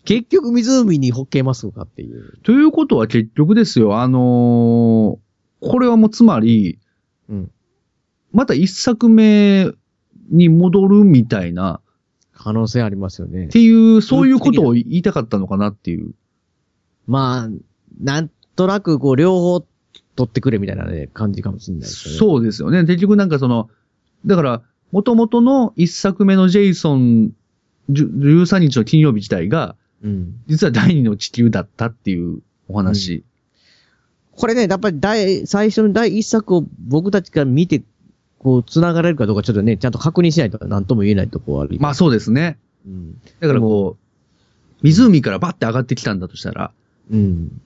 Speaker 2: 結局湖にホッケーマスクかっていう。
Speaker 1: ということは結局ですよ、あのーこれはもうつまり、
Speaker 2: うん
Speaker 1: また一作目に戻るみたいな、
Speaker 2: 可能性ありますよね
Speaker 1: っ。ていう、そういうことを言いたかったのかなっていう。
Speaker 2: まあ、なんとなくこう両方取ってくれみたいなね、感じかもしれないですよね。う。
Speaker 1: そうですよね。結局なんかその、だから、元々の一作目のジェイソン10 13日の金曜日自体が、
Speaker 2: うん。
Speaker 1: 実は第二の地球だったっていうお話。
Speaker 2: これね、やっぱり第、最初の第一作を僕たちから見て、こう、繋がれるかどうかちょっとね、ちゃんと確認しないと何とも言えないとこはあり
Speaker 1: まあ
Speaker 2: す。
Speaker 1: そうですね。
Speaker 2: うん。
Speaker 1: だからこう、湖からバッて上がってきたんだとしたら、
Speaker 2: うん。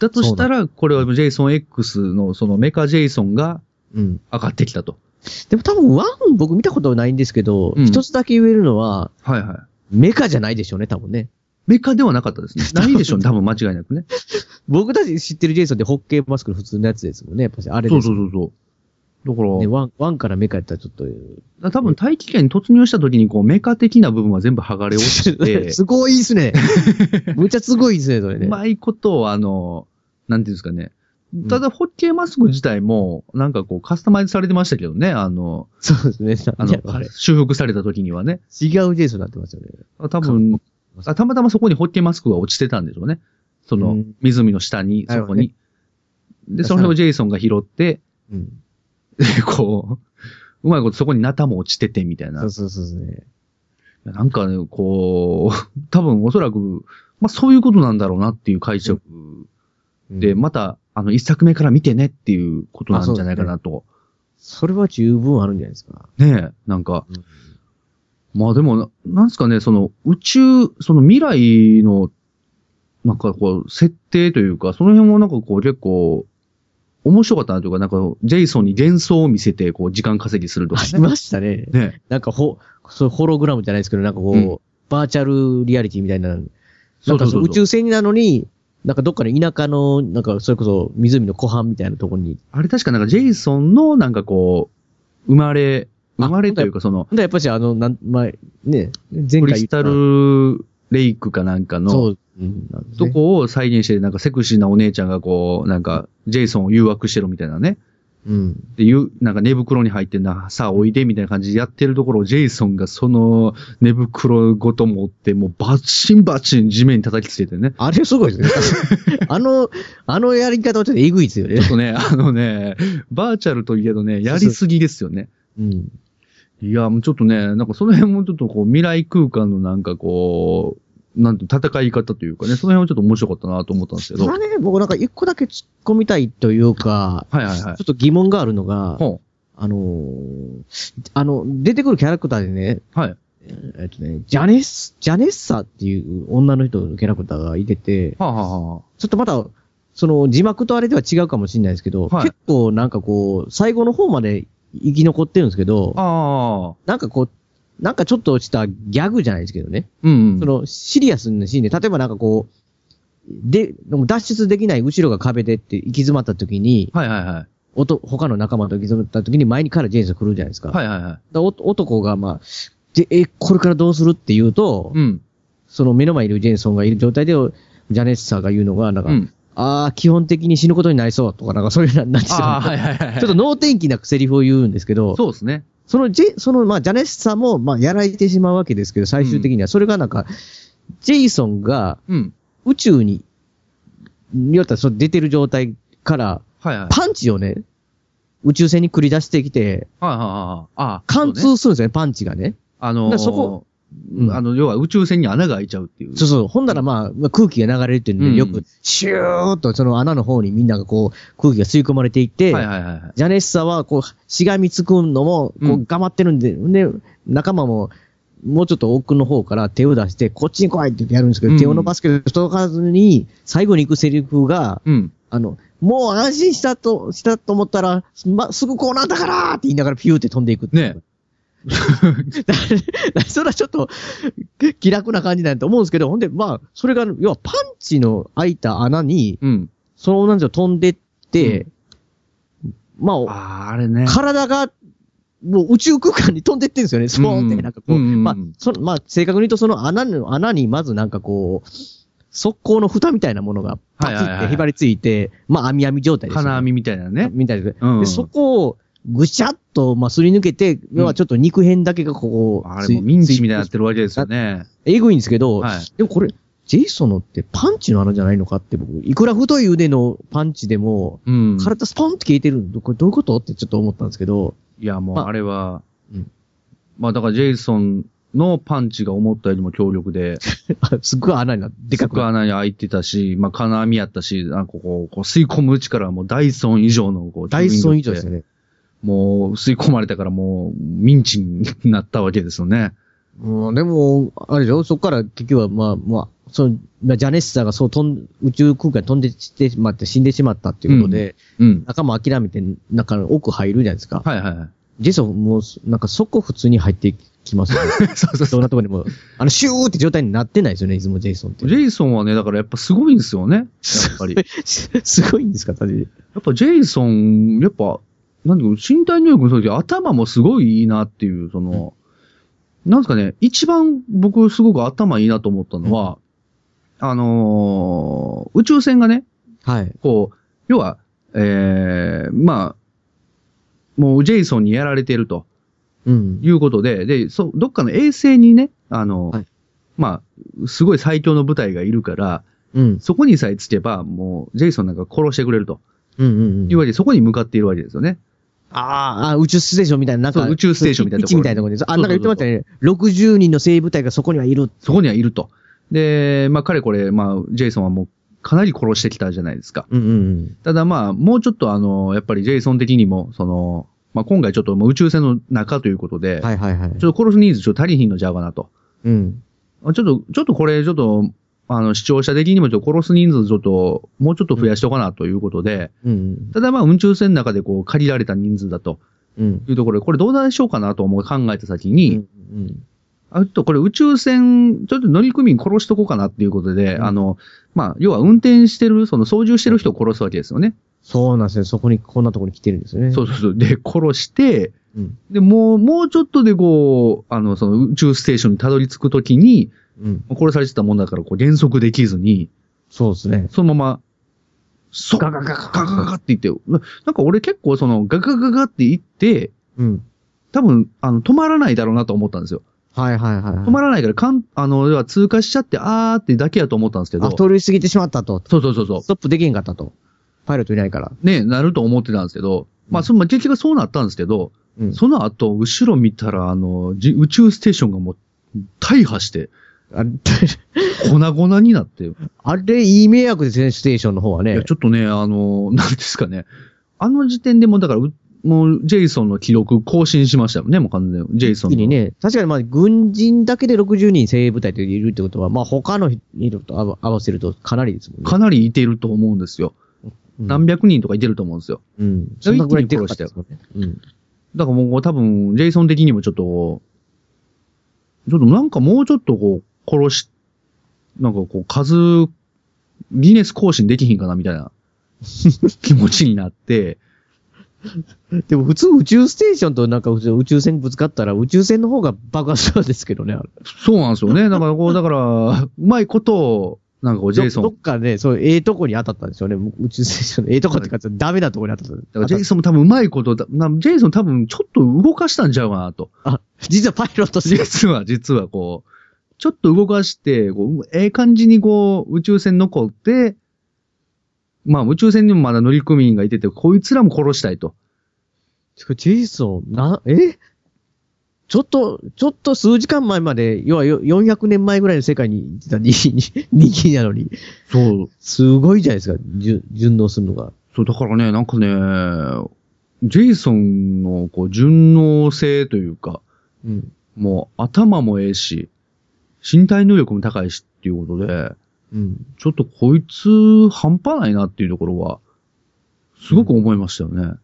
Speaker 1: だとしたら、これはジェイソン X のそのメカジェイソンが
Speaker 2: うん。
Speaker 1: 上がってきたと。
Speaker 2: でも多分ワン僕見たことないんですけど、
Speaker 1: うん
Speaker 2: 一、つだけ言えるのは、
Speaker 1: はいはい。
Speaker 2: メカじゃないでしょうね、多分ね。
Speaker 1: メカではなかったです ね。ないでしょうね、多分間違いなくね。
Speaker 2: 僕たち知ってるジェイソンってホッケーマスクの普通のやつですもんね。やっぱしあれ
Speaker 1: そ
Speaker 2: で
Speaker 1: う
Speaker 2: す
Speaker 1: そ
Speaker 2: ね。
Speaker 1: うそうそう。だから、
Speaker 2: ねワン、ワンからメカやったらちょっと。
Speaker 1: 多分大気圏に突入した時にこうメカ的な部分は全部剥がれ落 ちて、
Speaker 2: すごいで すね。むちゃすごいですね、それね。
Speaker 1: うまいことをあの、なんていうんですかね。ただ、ホッケーマスク自体も、なんかこう、カスタマイズされてましたけどね、あの、
Speaker 2: そうですね。
Speaker 1: あ
Speaker 2: あ
Speaker 1: の
Speaker 2: の、あれ、違、
Speaker 1: 修復された時にはね。
Speaker 2: うジェイソンになってますよね。
Speaker 1: 多分
Speaker 2: か
Speaker 1: あ、たまたまそこにホッケーマスクが落ちてたんでしょうね。そうの
Speaker 2: ん、
Speaker 1: 湖の下に、
Speaker 2: なる
Speaker 1: そ
Speaker 2: ほ
Speaker 1: こ
Speaker 2: ど
Speaker 1: に。
Speaker 2: ね
Speaker 1: で、それをジェイソンが拾って、
Speaker 2: うん。
Speaker 1: こう、うまいことそこにナタも落ちてて、みたいな
Speaker 2: そう。そうそうそうね。
Speaker 1: なんかね、こう、多分おそらく、まあそういうことなんだろうなっていう解釈
Speaker 2: うん
Speaker 1: で、また、あの、一作目から見てねっていうことなんじゃないかなと。
Speaker 2: それは十分あるんじゃないですか。
Speaker 1: ねえ、なんか、まあでもな、なんすかね、その宇宙、その未来の、なんかこう、設定というか、その辺もなんかこう結構、面白かったなというか、なんか、ジェイソンに幻想を見せて、こう、時間稼ぎするとか
Speaker 2: あり
Speaker 1: ね。
Speaker 2: ましたね。
Speaker 1: ね
Speaker 2: なんかほ、そうホログラムじゃないですけど、なんかこう、
Speaker 1: うん
Speaker 2: バーチャルリアリティみたい
Speaker 1: そ
Speaker 2: な、
Speaker 1: う
Speaker 2: な
Speaker 1: んそ
Speaker 2: か
Speaker 1: うそう
Speaker 2: その宇宙船なのに、なんかどっかの田舎の、なんかそれこそ湖の湖畔みたいなところに。
Speaker 1: あれ確かなんかジェイソンの、なんかこう、生まれ、
Speaker 2: あ
Speaker 1: 生まれというかその、
Speaker 2: で、やっぱしあの、なん、まあ、ね、前
Speaker 1: ク
Speaker 2: 回
Speaker 1: リスタルレイクかなんかの、
Speaker 2: そう、うん、なんです
Speaker 1: と
Speaker 2: ね
Speaker 1: こを再現して、なんかセクシーなお姉ちゃんがこう、なんか、ジェイソンを誘惑してるみたいなね。
Speaker 2: うん。
Speaker 1: で、ゆ、なんか寝袋に入ってんな、さあおいでみたいな感じでやってるところをジェイソンがその寝袋ごと持って、もうバチンバチン地面に叩きつけてね。
Speaker 2: あれすごいですね。あの、あのやり方はちょっとえぐいですよね
Speaker 1: ちょ。っと ね、あのね、バーチャルといえどね、やりすぎですよね。
Speaker 2: うん。
Speaker 1: いや、もうちょっとね、なんかその辺もちょっとこう未来空間のなんかこう、なんて戦い方というかね、その辺はちょっと面白かったなと思ったんですけど。
Speaker 2: ま
Speaker 1: は
Speaker 2: あ
Speaker 1: い
Speaker 2: ね、僕なんか一個だけ突っ込みたいというか、
Speaker 1: はいはい
Speaker 2: ちょ。っと疑問があるのが、
Speaker 1: ほ
Speaker 2: あのーあの、出てくるキャラクターでね、
Speaker 1: うはい。
Speaker 2: えっとね、ジャネス、ジャネッサっていう女の人のキャラクターがいてて、
Speaker 1: はあ、はあはあ、
Speaker 2: ちょっとまた、その字幕とあれでは違うかもしれないですけど、
Speaker 1: はい
Speaker 2: 結構なんかこう、最後の方まで生き残ってるんですけど、
Speaker 1: ああ、
Speaker 2: なんかこう、なんかちょっとしたギャグじゃないですけどね。
Speaker 1: うん。
Speaker 2: そのシリアスなシーンで、例えばなんかこう、で、脱出できない後ろが壁でって行き詰まった時に、
Speaker 1: はいはいはい。
Speaker 2: おと他の仲間と行き詰まった時に前にからジェイソン来るじゃないですか。
Speaker 1: はいはいはい。
Speaker 2: だお男がまあ、で、え、これからどうするって言うと、
Speaker 1: うん。
Speaker 2: その目の前にいるジェイソンがいる状態で、ジャネッサが言うのが、なんか、
Speaker 1: うん。
Speaker 2: ああ、基本的に死ぬことになりそうとか、なんかそういうのになっち
Speaker 1: ああ、
Speaker 2: ゃ
Speaker 1: はいはいはいは
Speaker 2: う。
Speaker 1: い。
Speaker 2: ちょっと脳天気なセリフを言うんですけど、
Speaker 1: そうですね。
Speaker 2: そのジェ、その、まあ、ジャネスさんも、まあ、やられてしまうわけですけど、最終的には、それがなんか、ジェイソンが
Speaker 1: うん。
Speaker 2: 宇宙に、によってはその出てる状態から、
Speaker 1: はいはい。
Speaker 2: パンチをね、宇宙船に繰り出してきて、
Speaker 1: はいはいはい。ああ、
Speaker 2: 貫
Speaker 1: そうね
Speaker 2: 通するんですよね、パンチがね。
Speaker 1: あのー、
Speaker 2: だからそこうん
Speaker 1: あの、要は宇宙船に穴が開いちゃうっていう。
Speaker 2: そうそう。ほんならまあ、まあ空気が流れるっていうん
Speaker 1: うん
Speaker 2: で、よく、シューっとその穴の方にみんながこう、空気が吸い込まれていって、
Speaker 1: はいはいはいはい。
Speaker 2: ジャネッサは、こう、しがみつくのも、
Speaker 1: う
Speaker 2: こ
Speaker 1: ん
Speaker 2: う、頑張ってるんで、で、仲間も、もうちょっと奥の方から手を出して、こっちに来いって言ってやるんですけど、
Speaker 1: うん
Speaker 2: 手を伸ばすけど、届かずに、最後に行くセリフが、
Speaker 1: うん。
Speaker 2: あの、もう安心したと、したと思ったら、ま、すぐこうなんだからって言いながらピューって飛んでいくっていう。だだ それはちょっと、気楽な感じなんだと思うんですけど、ほんで、まあ、それが、要はパンチの開いた穴に、
Speaker 1: うん。
Speaker 2: その、なんでしょう、飛んでって、まあ、
Speaker 1: ああ、あれね。
Speaker 2: 体が、もう宇宙空間に飛んでってんですよね、スポーンって。
Speaker 1: うん
Speaker 2: なんかこう、
Speaker 1: うんうんうん
Speaker 2: まあ、その、まあ、正確に言うとその穴の、穴にまずなんかこう、速攻の蓋みたいなものがパチ
Speaker 1: はいはい
Speaker 2: っ
Speaker 1: はい
Speaker 2: てへばりついて、まあ、網網状態ですよね、
Speaker 1: 金網みたいなね。
Speaker 2: みたいです。
Speaker 1: うん
Speaker 2: で、そこを、ぐしゃっと、まあ、すり抜けて、要はちょっと肉片だけがここ、
Speaker 1: あれもうミンチみたいになっ
Speaker 2: つ
Speaker 1: てるわけですよね。
Speaker 2: えぐいんですけど、
Speaker 1: はい
Speaker 2: でもこれ、ジェイソンのってパンチの穴じゃないのかって僕、いくら太い腕のパンチでも、
Speaker 1: うん。
Speaker 2: 体スポンって消えてるの、これどういうことってちょっと思ったんですけど、
Speaker 1: いや、もう
Speaker 2: まあ
Speaker 1: あれは
Speaker 2: うん、
Speaker 1: まあだからジェイソンのパンチが思ったよりも強力で、
Speaker 2: あ すっごい穴になって、でかく
Speaker 1: 深
Speaker 2: なっ
Speaker 1: 穴に開いてたし、まあ金網やったし、なんかこう、こう吸い込む力はもうダイソン以上の、こう、
Speaker 2: てダイソン以上です
Speaker 1: ね。
Speaker 2: よね。
Speaker 1: もう吸い込まれたからもうミンチになったわけですよね。
Speaker 2: うん、でも、あれでしょそこから結局は、まあ、まあ、その、まあジャネッサがそう飛ん、宇宙空間に飛んでしてしまって死んでしまったっていうことで、
Speaker 1: うん。
Speaker 2: 仲間諦めて、なんか奥入るじゃないですか。
Speaker 1: はいはいはい。
Speaker 2: ジェイソンもう、なんかそこ普通に入ってきますよね。
Speaker 1: そうそう
Speaker 2: どんなとこにも。あの、シューって状態になってないですよね、いつもジェイソンって。
Speaker 1: ジェイソンはね、だからやっぱすごいんですよね。やっぱり。や
Speaker 2: すごいんですか、私。
Speaker 1: っぱジェイソン、やっぱ、なんていうの身体能力もそうだけど、頭もすごいいいなっていう、その、なんですかね、一番僕すごく頭いいなと思ったのは、あのー宇宙船がね、
Speaker 2: はい。
Speaker 1: こう、要は、ええまあ、もうジェイソンにやられてると
Speaker 2: うん。
Speaker 1: いうことで、で、そう、どっかの衛星にね、あの、
Speaker 2: はい
Speaker 1: まあ、すごい最強の部隊がいるから、
Speaker 2: うん。
Speaker 1: そこにさえつけば、もう、ジェイソンなんか殺してくれると。
Speaker 2: うんうん
Speaker 1: いうわけで、そこに向かっているわけですよね。
Speaker 2: あーあー、宇宙ステーションみたいな、なん
Speaker 1: そ
Speaker 2: か。
Speaker 1: う宇宙ステーションみたいなところ
Speaker 2: 基地みたいなところです。あ、
Speaker 1: そう
Speaker 2: なん
Speaker 1: そう
Speaker 2: か
Speaker 1: そう
Speaker 2: 言ってましたね。60人の精鋭部隊がそこにはいる。
Speaker 1: そこにはいると。で、まあ、彼これ、まあ、ジェイソンはもう、かなり殺してきたじゃないですか。
Speaker 2: うんうん
Speaker 1: ただまあ、もうちょっとあの、やっぱりジェイソン的にも、その、まあ、今回ちょっともう宇宙船の中ということで、
Speaker 2: はいはいはい。
Speaker 1: ちょっと殺すニーズちょっと足りひんのじゃうかなと。
Speaker 2: うん。
Speaker 1: ちょっと、ちょっとこれ、ちょっと、あの、視聴者的にもちょっと殺す人数ちょっと、もうちょっと増やしとかなということで、
Speaker 2: うん。
Speaker 1: ただまあ、宇宙船の中でこう、借りられた人数だと
Speaker 2: うん。
Speaker 1: いうところで、これどうなんでしょうかなと思う考えた先に、
Speaker 2: うん。
Speaker 1: あと、これ宇宙船、ちょっと乗組員殺しとこうかなっていうことで、
Speaker 2: うん
Speaker 1: あの、まあ、要は運転してる、その操縦してる人を殺すわけですよね。
Speaker 2: そうなんですよ。そこに、こんなところに来てるんですよね。
Speaker 1: そうそうそう。で、殺して、
Speaker 2: うん。
Speaker 1: で、もう、もうちょっとでこう、あの、その宇宙ステーションにたどり着くときに、
Speaker 2: うん。
Speaker 1: 殺されてたもんだから、こう、減速できずに、
Speaker 2: そうですね。
Speaker 1: そのまま、そガガガガガガガって言って、ななんか俺結構その、ガガガガって言って、
Speaker 2: うん。
Speaker 1: 多分、あの、止まらないだろうなと思ったんですよ。
Speaker 2: はいはいはいはい。
Speaker 1: 止まらないから、かん、あの、要は通過しちゃって、あーってだけやと思ったんですけど。
Speaker 2: あ、通り過ぎてしまったと。
Speaker 1: そうそうそうそう
Speaker 2: ス。トップできへんかったと。パイロットいないから。
Speaker 1: ね、なると思ってたんですけど、まあ、その、まあ結局そうなったんですけど、
Speaker 2: うん。
Speaker 1: その後、後ろ見たら、あの、じ宇宙ステーションがもう、大破して、
Speaker 2: あ
Speaker 1: 粉々になって、い
Speaker 2: あれ、いい迷惑ですね、ステーションの方はね
Speaker 1: や、。ちょっとね、あの、 なんですかね、あの時点でもう、だから、うもう、ジェイソンの記録更新しましたよね、もう完全に。ジェイソンの。
Speaker 2: にね、確かにまあ、軍人だけで60人精鋭部隊っているってことは、まあ、他の人と合わ合わせるとかなりですもんね。
Speaker 1: かなりいてると思うんですよ。
Speaker 2: うん
Speaker 1: 何百人とかいてると思うんですよ。
Speaker 2: うん。そんなぐらいでかかったですもんね。
Speaker 1: だからもう多分、ジェイソン的にもちょっとこう、ちょっとなんかもうちょっとこう、殺し、なんかこう、数、ギネス更新できひんかなみたい な気持ちになって、
Speaker 2: うん。でも普通宇宙ステーションとなんか普通宇宙船ぶつかったら宇宙船の方が爆発したんですけどね、あれ
Speaker 1: そうなんですよね。だからこう、だから、うまいことを、なんかこう、ジェイソン
Speaker 2: ど。どっかね、そう、ええとこに当たったんですよね。宇宙ステーションのええとこっていうか、ダメなとこに当たっ
Speaker 1: だか
Speaker 2: た。
Speaker 1: らジェイソンも多分うまいことだ、なジェイソン多分ちょっと動かしたんちゃうかなと。
Speaker 2: あ、実はパイロットです。
Speaker 1: 実は、実はこう、ちょっと動かして、こうええ感じにこう、宇宙船残って、まあ宇宙船にもまだ乗組員がいてて、こいつらも殺したいと。
Speaker 2: てかジェイソン、な、えちょっと、ちょっと数時間前まで、要はよ400年前ぐらいの世界に いた人気人気なのに、
Speaker 1: そう。
Speaker 2: すごいじゃないですか、じゅ順応するのが。
Speaker 1: そう、だからね、なんかね、ジェイソンのこう、順応性というか、
Speaker 2: うん。
Speaker 1: もう頭もええし、身体能力も高いしっていうことで、
Speaker 2: うん。
Speaker 1: ちょっとこいつ半端ないなっていうところは、すごく思いましたよね。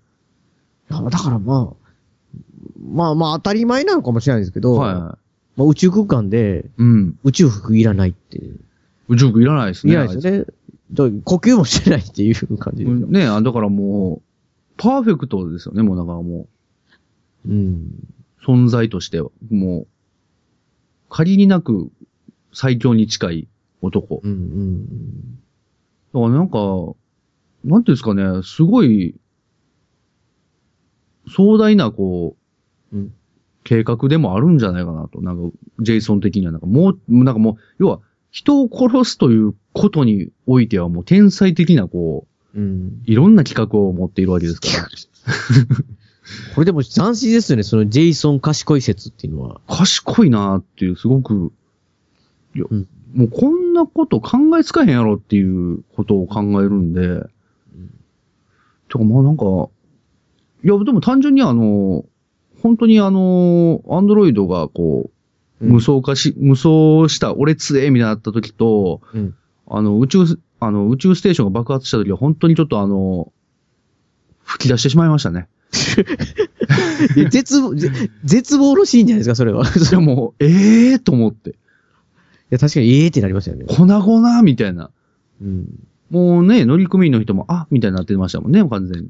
Speaker 2: あだからまあ、まあまあ当たり前なのかもしれないですけど、
Speaker 1: は
Speaker 2: まあ、宇宙空間で
Speaker 1: い。うん。
Speaker 2: 宇宙服いらないって。
Speaker 1: 宇宙服いらないですね。
Speaker 2: いらないですよね。だから呼吸もしてないっていう感じですよ。
Speaker 1: ねあだからもう、パーフェクトですよね、もうだからも
Speaker 2: うん。
Speaker 1: う、存在としては。もう、仮になく最強に近い男。
Speaker 2: うんうん。
Speaker 1: だからなんか、なんていうんですかね、すごい、壮大な、こう、
Speaker 2: うん
Speaker 1: 計画でもあるんじゃないかなと。なんか、ジェイソン的には、なんかもう、なんかもう、要は、人を殺すということにおいてはもう天才的な、こう、
Speaker 2: うん。
Speaker 1: いろんな企画を持っているわけですから。
Speaker 2: これでも斬新ですよね、そのジェイソン賢い説っていうのは。
Speaker 1: 賢いなーっていう、すごく、いや
Speaker 2: うん
Speaker 1: もうこんなこと考えつかへんやろっていうことを考えるんで、てかまあなんか、いやでも単純にあの、本当にあの、アンドロイドがこう、無双化し、無双した、俺強えみたいになった時と、
Speaker 2: うん
Speaker 1: あの、宇宙、あの、宇宙ステーションが爆発した時は本当にちょっとあの、吹き出してしまいましたね。
Speaker 2: いや絶望、ぜ絶望のシーンじゃないですか、それは。い
Speaker 1: いやもう、ええーと思って、
Speaker 2: や、確かに、ええってなりましたよね。
Speaker 1: 粉々みたいな。
Speaker 2: うん。
Speaker 1: もうね、乗組員の人も、あみたいになってましたもんね、完全に。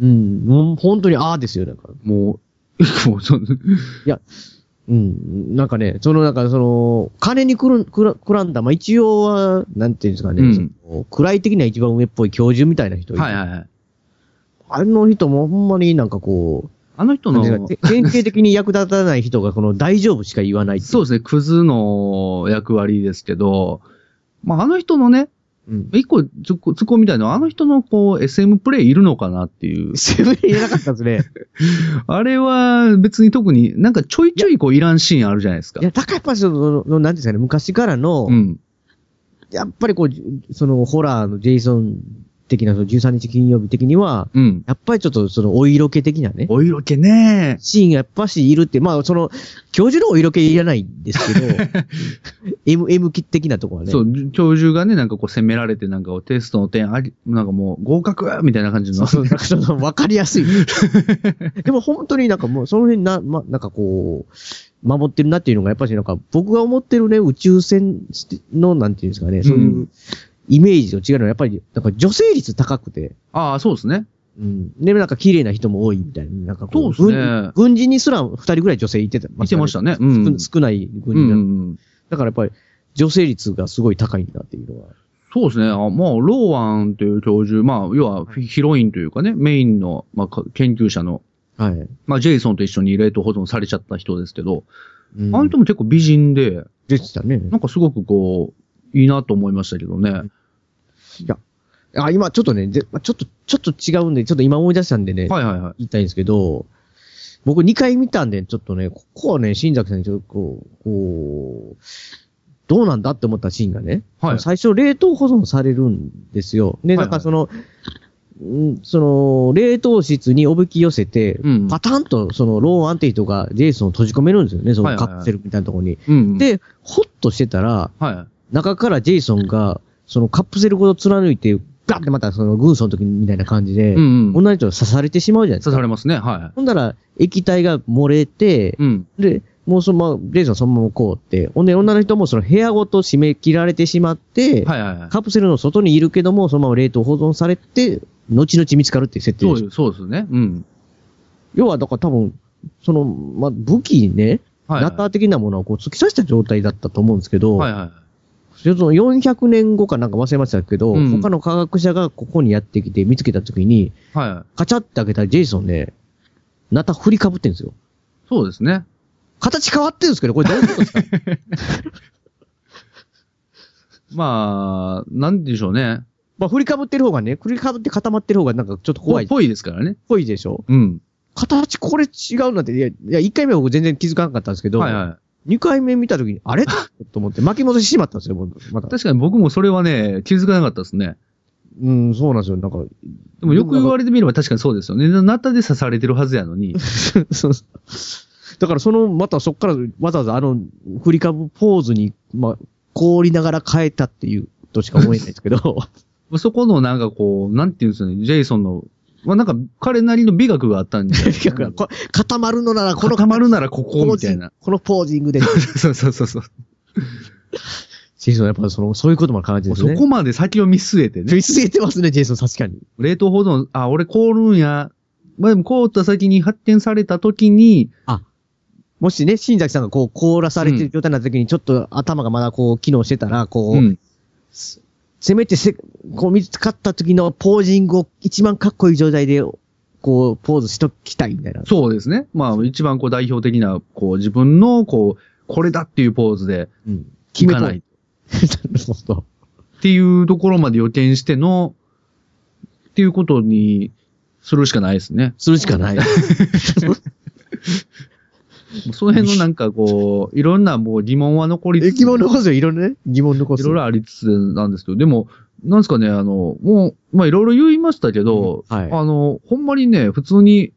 Speaker 2: うん。もう本当に、ああですよ、なんか。
Speaker 1: もう、 もうその
Speaker 2: うん。なんかね、その、なんか、その、金にくるん、くら、くらんだ、まあ、一応は、なんていうんですかね、
Speaker 1: うん
Speaker 2: その暗い的な一番上っぽい教授みたいな人いて
Speaker 1: はいはいはい。
Speaker 2: あの人もほんまになんかこ
Speaker 1: あの人
Speaker 2: う、
Speaker 1: の、
Speaker 2: なんていうかて典型的に役立たない人がこの大丈夫しか言わないってい
Speaker 1: そうですね、クズの役割ですけど、まあ、あの人のね、
Speaker 2: う。うん。
Speaker 1: 一個ツッコツッコみたいなのは、あの人のこう、SM プレイいるのかなっていう。
Speaker 2: セブン入れなかったですね。
Speaker 1: あれは別に特になんかちょいちょいこう、いらんシーンあるじゃないですか
Speaker 2: い。や、高橋さんの、のなんていうんですかね、昔からの、
Speaker 1: うん。
Speaker 2: やっぱりこうじ、その、ホラーのジェイソン的な、その13日金曜日的には、
Speaker 1: うん。
Speaker 2: やっぱりちょっとその、お色気的なね、
Speaker 1: お色気ね
Speaker 2: シーンがやっぱしいるって、まあ、その、教授のお色気いらないんです けど、M、M キ的なところはね。
Speaker 1: そう、教授がね、なんかこう、責められて、なんかこうテストの点あり、なんかもう、合格みたいな感じの。
Speaker 2: そうそう、なんかその、わかりやすい。 でも本当になんかもう、その辺な、ま、なんかこう、守ってるなっていうのが、やっぱしなんか、僕が思ってるね、宇宙船の、なんていうんですかね、そう
Speaker 1: う
Speaker 2: いうんイメージと違うのは、やっぱり、なんか女性率高くて、
Speaker 1: ああ、そうですね。
Speaker 2: うん。で、なんか綺麗な人も多いみたいな、なんかこう、
Speaker 1: そうですね
Speaker 2: 軍軍人にすら二人ぐらい女性いてた、
Speaker 1: 見てましたね。う
Speaker 2: 少
Speaker 1: ん。
Speaker 2: 少ない軍
Speaker 1: う
Speaker 2: 人
Speaker 1: ん
Speaker 2: だ、
Speaker 1: うんうん。
Speaker 2: だからやっぱり、女性率がすごい高いんだっていうのは。
Speaker 1: そうですね。あもう、ローワンという教授、まあ、要はヒヒロインというかね、メインの、まあ、か研究者の、
Speaker 2: はい。
Speaker 1: まあ、ジェイソンと一緒に冷凍保存されちゃった人ですけど、
Speaker 2: うん
Speaker 1: あの人も結構美人で、
Speaker 2: 出てたね。
Speaker 1: なんかすごくこう、いいなと思いましたけどね。
Speaker 2: あ、今ちょっとね、でまあちょっと、ちょっと違うんで、ちょっと今思い出したんでね、
Speaker 1: はいはいはい。
Speaker 2: 言いたいんですけど、僕2回見たんで、ちょっとね、ここはね、新崎さんにちょっとこう、こう、どうなんだって思ったシーンがね、
Speaker 1: はい
Speaker 2: 最初冷凍保存されるんですよ。で、
Speaker 1: はい
Speaker 2: なんかその、うんその、冷凍室におびき寄せて、
Speaker 1: うん
Speaker 2: パタンと、その、ローアンティとか、ジェイソンを閉じ込めるんですよね、そ
Speaker 1: は
Speaker 2: の
Speaker 1: いは
Speaker 2: カ
Speaker 1: いはい
Speaker 2: プセルみたいなところに。
Speaker 1: うんうん。、
Speaker 2: で、ホッとしてたら、
Speaker 1: は
Speaker 2: 中からジェイソンが、そのカプセルごと貫いて、ガッてまたその軍曹の時みたいな感じ
Speaker 1: い。
Speaker 2: で、
Speaker 1: うんうん。
Speaker 2: 女の人が刺されてしまうじゃないです
Speaker 1: 刺
Speaker 2: か。
Speaker 1: されますね。は
Speaker 2: ほんなら、液体が漏れて
Speaker 1: い。、うん。
Speaker 2: で、もうそのまま、ジェイソンそのままこうって、ほんで女の人もその部屋ごと締め切られてしまって、
Speaker 1: はいはいはい。
Speaker 2: カプセルの外にいるけども、そのまま冷凍保存されて、後々見つかるっていう設定
Speaker 1: そ
Speaker 2: で
Speaker 1: う
Speaker 2: す。
Speaker 1: ですそうですね。うん。
Speaker 2: 要は、だから多分、その、まあ、武器ね、
Speaker 1: はい、
Speaker 2: ナ
Speaker 1: は
Speaker 2: ター的なものをこう突き刺した状態だったと思うんですけ
Speaker 1: い。
Speaker 2: ど、
Speaker 1: はいはい。
Speaker 2: その400年後かなんか忘れましたけど、
Speaker 1: うん
Speaker 2: 他の科学者がここにやってきて見つけたときに、
Speaker 1: はい。
Speaker 2: カチャって開けたらジェイソンね、なた振りかぶってんですよ。
Speaker 1: そうですね。
Speaker 2: 形変わってるんですけど、これどういうことですか
Speaker 1: まあ、なんでしょうね。
Speaker 2: まあ振りかぶってる方がね、振りかぶって固まってる方がなんかちょっと怖い。
Speaker 1: ぽいですからね。
Speaker 2: ぽいでしょ
Speaker 1: うん。
Speaker 2: 形これ違うなんて、いや、いや、1回目は僕全然気づかなかったんですけど、
Speaker 1: はいはい。
Speaker 2: 2回目見たときに、 あれと思って巻き戻してしまったんですよ、僕また。
Speaker 1: 確かに僕もそれはね、気づかなかったですね。
Speaker 2: うん、そうなんですよ。なんか、
Speaker 1: でもよく言われてみれば確かにそうですよね。なたで刺されてるはずやのに。
Speaker 2: そうだからその、またそこからわざわざあの、振りかぶポーズに、まあ、凍りながら変えたっていうとしか思えないです けど、
Speaker 1: そこのなんかこう、なんていうんですよね、ジェイソンの、まあなんか彼なりの美学があったんじゃないです
Speaker 2: 結
Speaker 1: か、
Speaker 2: 局こ固まるのならこの
Speaker 1: 固まるならこ
Speaker 2: ポ
Speaker 1: こ
Speaker 2: ー
Speaker 1: み
Speaker 2: ジ
Speaker 1: たい
Speaker 2: ン
Speaker 1: な
Speaker 2: グ。、このポージングで。
Speaker 1: そうそうそうそう。
Speaker 2: ジェイソンやっぱその、そういうことも感じです
Speaker 1: そ
Speaker 2: ね。
Speaker 1: こまで先を見据えてね。
Speaker 2: 見据えてますね、ジェイソン確かに。
Speaker 1: 冷凍保存、あ、俺凍るんや。まあでも凍った先に発展された時に、
Speaker 2: もしね、新崎さんがこう、凍らされてる状態になった時に、ちょっと頭がまだこう、機能してたら、こう、
Speaker 1: うん。
Speaker 2: せめてせ、こう見つかった時のポージングを一番かっこいい状態で、こう、ポーズしときたいみたいな。
Speaker 1: そうですね。まあ一番こう代表的な、こう自分の、こう、これだっていうポーズで
Speaker 2: うん。
Speaker 1: いかない。っ
Speaker 2: 決めた。なるほど。
Speaker 1: ていうところまで予見しての、っていうことにするしかないですね。
Speaker 2: するしか ない。
Speaker 1: その辺のなんかこう、いろんなもう疑問は残りつつ、
Speaker 2: 疑問残すよ、いろいろね。疑問残
Speaker 1: い
Speaker 2: す。
Speaker 1: ろいろありつつなんですけど、でも、なんですかね、あの、もう、まあいろいろ言いましたけど、
Speaker 2: うんはい
Speaker 1: あの、ほんまにね、普通に、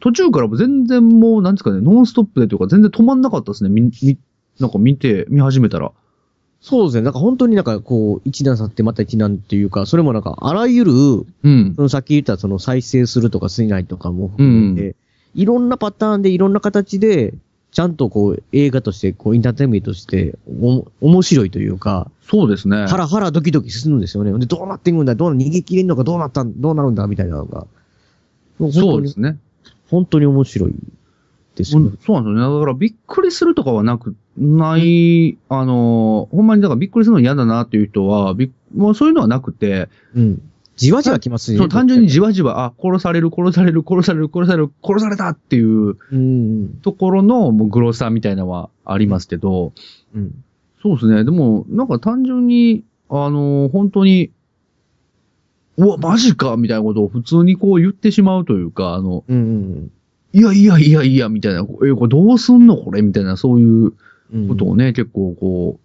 Speaker 1: 途中からも全然もう、なんですかね、ノンストップでというか全然止まんなかったですね、み、み、なんか見て、見始めたら。
Speaker 2: そうですね。なんか本当になんかこう、一難去ってまた一難っていうか、それもなんか、あらゆる、
Speaker 1: うん
Speaker 2: そ。のさっき言ったその再生するとかしないとかも含めて、
Speaker 1: うん
Speaker 2: いろんなパターンでいろんな形で、ちゃんとこう、映画として、こう、インターテインメントとして、お、面白いというか、
Speaker 1: そうですね。
Speaker 2: ハラハラドキドキするんですよね。で、どうなっていくんだどうな逃げ切れんのかどうなったんどうなるんだみたいなのが。もう本
Speaker 1: そ
Speaker 2: 当
Speaker 1: うで
Speaker 2: に
Speaker 1: すね。
Speaker 2: 本当に面白いです
Speaker 1: ほ
Speaker 2: よ
Speaker 1: ん
Speaker 2: ね。
Speaker 1: そうなんですよね。だからびっくりするとかはなく、ない、あの、ほんまにだからびっくりするの嫌だなっていう人は、びっもうそういうのはなくて、
Speaker 2: うん。じわじわきますね。
Speaker 1: そう、単純にじわじわ、あ、殺される、殺される、殺される、殺される、殺されたっていう
Speaker 2: うん。
Speaker 1: ところの、もう、グロさみたいなのはありますけど、
Speaker 2: うん。
Speaker 1: そうですね。でも、なんか単純に、あのー本当に、うわ、マジかみたいなことを普通にこう言ってしまうというか、あの、
Speaker 2: うん。うん。
Speaker 1: いやいやいやいや、みたいな、え、これどうすんのこれみたいな、そういう
Speaker 2: うん
Speaker 1: ことをね、結構こ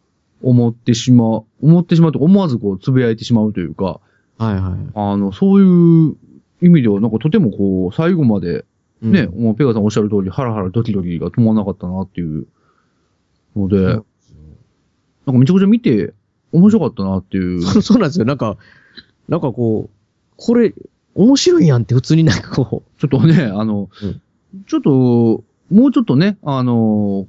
Speaker 1: う、思ってしまう、思ってしまうと、思わずこう、つぶやいてしまうというか、
Speaker 2: はいは
Speaker 1: あの、そういう意味では、なんかとてもこう、最後まで、
Speaker 2: い。
Speaker 1: ね、
Speaker 2: うん
Speaker 1: もうペガさんおっしゃる通り、ハラハラドキドキが止まらなかったなっていうので、なんかめちゃくちゃ見て、面白かったなって いう。
Speaker 2: そうそうなんですよ。なんか、なんかこう、これ、面白いやんって普通になんかこ
Speaker 1: ちょっとね、あの、
Speaker 2: うん
Speaker 1: ちょっと、もうちょっとね、あの、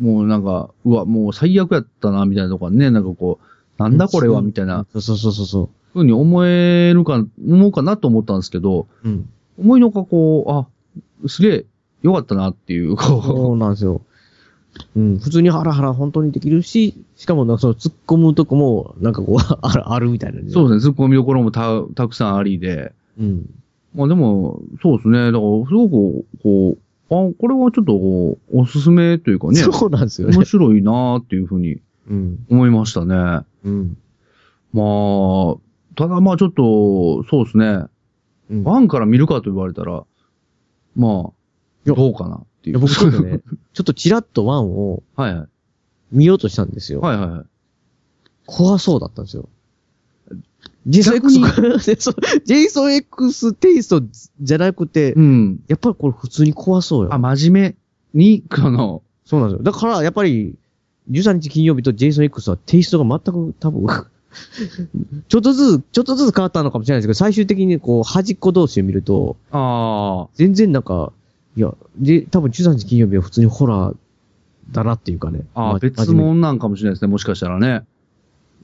Speaker 1: もうなんか、うわ、もう最悪やったな、みたいなとかね、なんかこう、
Speaker 2: う。
Speaker 1: なんだこれは、
Speaker 2: うん
Speaker 1: みたいな。
Speaker 2: そうそうそうそうそ
Speaker 1: ふうに思えるか、思うかなと思ったんですけど、
Speaker 2: う。うん。
Speaker 1: 思いのほかこう、あ、すげえ、よかったなっていう、こう。
Speaker 2: そうなんですよ。うん、普通にハラハラ本当にできるし、しかもなんかその突っ込むとこも、なんかこう、 ある、あるみたいなね、
Speaker 1: そうですね、突っ込みどころもたたくさんありで。
Speaker 2: うん。
Speaker 1: まあでも、そうですね、だから、すごく、こう、あ、これはちょっとこう、おすすめというかね、
Speaker 2: そうなんですよね
Speaker 1: 面。白いなーっていうふうに
Speaker 2: うん。
Speaker 1: 思いましたね。ま
Speaker 2: うん。
Speaker 1: あ、ただまあちょっと、そうですね、
Speaker 2: うん、
Speaker 1: ワンから見るかと言われたら、まあ、
Speaker 2: いや
Speaker 1: どうかなってい
Speaker 2: いや
Speaker 1: う。
Speaker 2: 僕ちょっとね、ちょっとチラッとワンを
Speaker 1: はいはい。
Speaker 2: 見ようとしたんですよ。
Speaker 1: はいはいはい。
Speaker 2: 怖そうだったんですよ。ジェイソン X、ジェイソン X テイストじゃなくて、
Speaker 1: うん。
Speaker 2: やっぱりこれ普通に怖そう
Speaker 1: あ、
Speaker 2: よ。
Speaker 1: 真面目に、この、
Speaker 2: そうなんですよ。だから、やっぱり、13日金曜日とジェイソン X はテイストが全く多分、 ちょっとずつ、ちょっとずつ変わったのかもしれないですけど、最終的にこう、端っこ同士を見ると、
Speaker 1: ああ、
Speaker 2: 全然なんか、いや、で、多分13日金曜日は普通にホラーだなっていうかね。
Speaker 1: あ
Speaker 2: ま
Speaker 1: あ、別。
Speaker 2: 真面
Speaker 1: 物なんかもしれないですね、もしかしたらね。
Speaker 2: 目に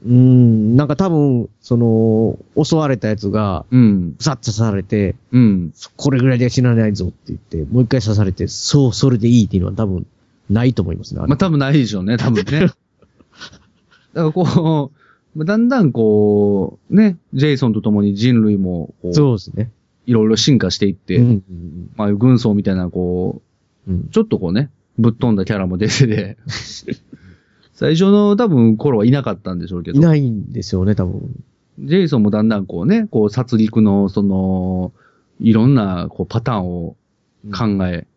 Speaker 2: うん、なんか多分、その、襲われたやつが、
Speaker 1: うん、
Speaker 2: ブサッと刺されて、
Speaker 1: うん。
Speaker 2: これぐらいでは死なないぞって言って、もう一回刺されて、そう、それでいいっていうのは多分、ないと思いますね。あれ
Speaker 1: まあ、多分ないでしょうね、多分ね。だからこう、だんだんこう、ね、ジェイソンと共に人類もこう、
Speaker 2: そうですね。
Speaker 1: いろいろ進化していって、
Speaker 2: うん
Speaker 1: まあ、軍曹みたいな、こ
Speaker 2: うんうん
Speaker 1: う、ちょっとこうね、ぶっ飛んだキャラも出て て、最初の多分頃はいなかったんでしょうけ
Speaker 2: い
Speaker 1: ど、
Speaker 2: ないんですよね、多分。
Speaker 1: ジェイソンもだんだんこうね、こう殺戮の、その、いろんなこうパターンを考え、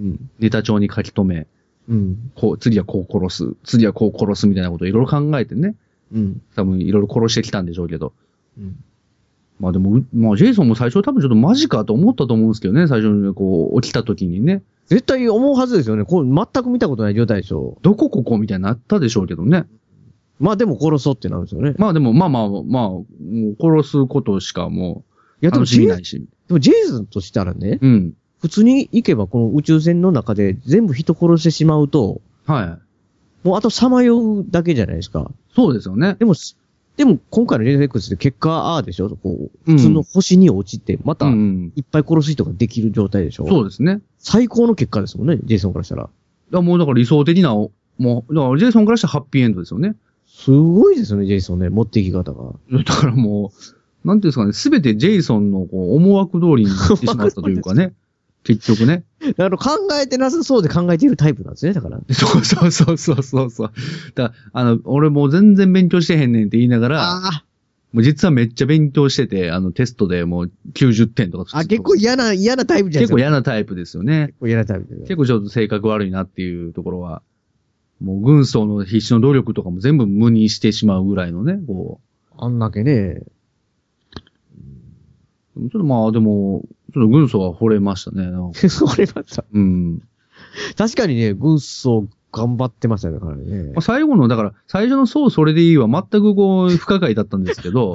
Speaker 2: うん。
Speaker 1: ネタ帳に書き留め、
Speaker 2: うん。
Speaker 1: こう、次はこう殺す、次はこう殺すみたいなことをいろいろ考えてね、
Speaker 2: うん。
Speaker 1: 多分いろいろ殺してきたんでしょうけど。
Speaker 2: うん。
Speaker 1: まあでも、うまあジェイソンも最初は多分ちょっとマジかと思ったと思うんですけどね、最初にこう起きた時にね、
Speaker 2: 絶対思うはずですよね。こう全く見たことない状態でしょ。
Speaker 1: どこここみたいになったでしょうけどね。
Speaker 2: まあでも殺そうってなるんですよね。
Speaker 1: まあでも、まあまあ、まあ、もう殺すことしかも
Speaker 2: いうやでも
Speaker 1: 楽
Speaker 2: ジ
Speaker 1: し
Speaker 2: ェイ
Speaker 1: み
Speaker 2: で
Speaker 1: ないし。
Speaker 2: もジェイソンとしたらね、
Speaker 1: うん。
Speaker 2: 普通に行けばこの宇宙船の中で全部人殺してしまうと、
Speaker 1: は
Speaker 2: もうあとさまようだけじゃないですか。
Speaker 1: い。そうですよね。
Speaker 2: でもす、でも今回のレネックスで結果ああでしょこう、
Speaker 1: うん
Speaker 2: 普通の星に落ちて、ま
Speaker 1: う
Speaker 2: た
Speaker 1: ん。
Speaker 2: いっぱい殺す人ができる状態でしょ、
Speaker 1: そうですね。だか
Speaker 2: 最高の結果ですもんね、ジェイソンからしたら。
Speaker 1: らもうだから理想的な、もう、だからジェイソンからしたらハッピーエンドですよね。
Speaker 2: すごいですよね、ジェイソンね、持っていき方が。
Speaker 1: だからもう、なんていうんですかね、すべてジェイソンのこう思惑通りになってしまったというか ね。結局ね。
Speaker 2: だから考えてなさそうで考えているタイプなんですね、だから。
Speaker 1: そうそうそうそうそうそう。だから、あの、俺もう全然勉強してへんねんって言いながら、
Speaker 2: あ
Speaker 1: もう実はめっちゃ勉強してて、あの、テストでもう90点とか。
Speaker 2: あ、結構嫌な、嫌なタイプじゃ
Speaker 1: 結
Speaker 2: ないです
Speaker 1: 構
Speaker 2: か。
Speaker 1: 嫌なタイプですよね。
Speaker 2: 結構嫌なタイプです
Speaker 1: 結構ちょっと性格悪いなっていうところは、もう軍曹の必死の努力とかも全部無にしてしまうぐらいのね、こ
Speaker 2: あんだけね。
Speaker 1: う。ちょっとまあでも、ちょっと軍曹は惚れましたね。なんか
Speaker 2: それまた。
Speaker 1: うん。
Speaker 2: 確かにね、軍曹頑張ってましたね、だから
Speaker 1: ま
Speaker 2: ね
Speaker 1: あ、。最後の、だから、最初のそうそれでいいは全くこう、不可解だったんですけ ど、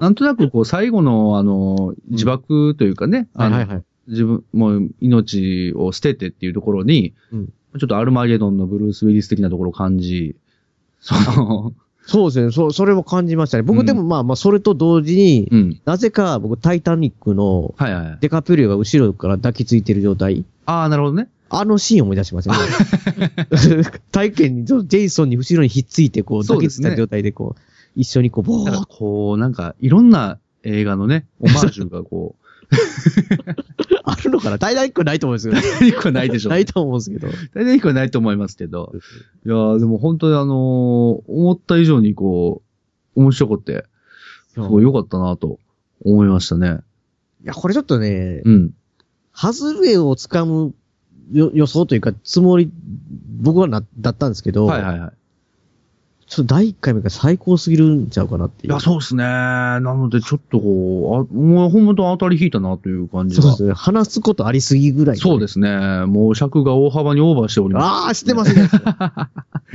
Speaker 1: なんとなくこう、最後の、あの、自爆というかね、
Speaker 2: は
Speaker 1: あ
Speaker 2: い
Speaker 1: の
Speaker 2: はいはい。
Speaker 1: 自分、もう命を捨ててっていうところに、
Speaker 2: うん
Speaker 1: ちょっとアルマゲドンのブルース・ウィリス的なところを感じ、そ の、
Speaker 2: そうですね、そそれを感じましたね。
Speaker 1: う
Speaker 2: 僕
Speaker 1: ん
Speaker 2: でもまあまあ、それと同時に、
Speaker 1: うん。
Speaker 2: なぜか僕、タイタニックの
Speaker 1: はいはい。
Speaker 2: デカプリオが後ろから抱きついてる状態。
Speaker 1: ああ、なるほどね。
Speaker 2: あのシーンを思い出し ましたね。体験に、ジェイソンに後ろにひっついて、こう、
Speaker 1: そ
Speaker 2: 抱
Speaker 1: うで
Speaker 2: きつ
Speaker 1: す
Speaker 2: い
Speaker 1: ね
Speaker 2: た状態で、こう、一緒にこう、
Speaker 1: だ
Speaker 2: ボー
Speaker 1: か
Speaker 2: っ
Speaker 1: らこう、なんか、いろんな映画のね、オマージュがこう、
Speaker 2: とあるのかなタイタニックはないと思うんですけ ど。
Speaker 1: 大体1個はないでしょ。
Speaker 2: な
Speaker 1: 大
Speaker 2: い
Speaker 1: 体
Speaker 2: と思うんですけど。
Speaker 1: 1個はないと思いますけど。いやーでも本当にあのー思った以上にこう、面白くて、すごい良かったなと思いましたね。
Speaker 2: いや、これちょっとね、
Speaker 1: うん。
Speaker 2: ハズレをつかむよ予想というか、つもり、僕はな、だったんですけど、
Speaker 1: はいはいはい。
Speaker 2: ちょっと第1回目が最高すぎるんちゃうかなって
Speaker 1: い
Speaker 2: いう。
Speaker 1: や、そうですね。なので、ちょっとこう、あ、もう本当当たり引いたなという感じ
Speaker 2: そう
Speaker 1: が。
Speaker 2: ですね。話すことありすぎぐらい。。
Speaker 1: そうですすね。もう尺が大幅にオーバーしております。
Speaker 2: ああ、知っ てますね。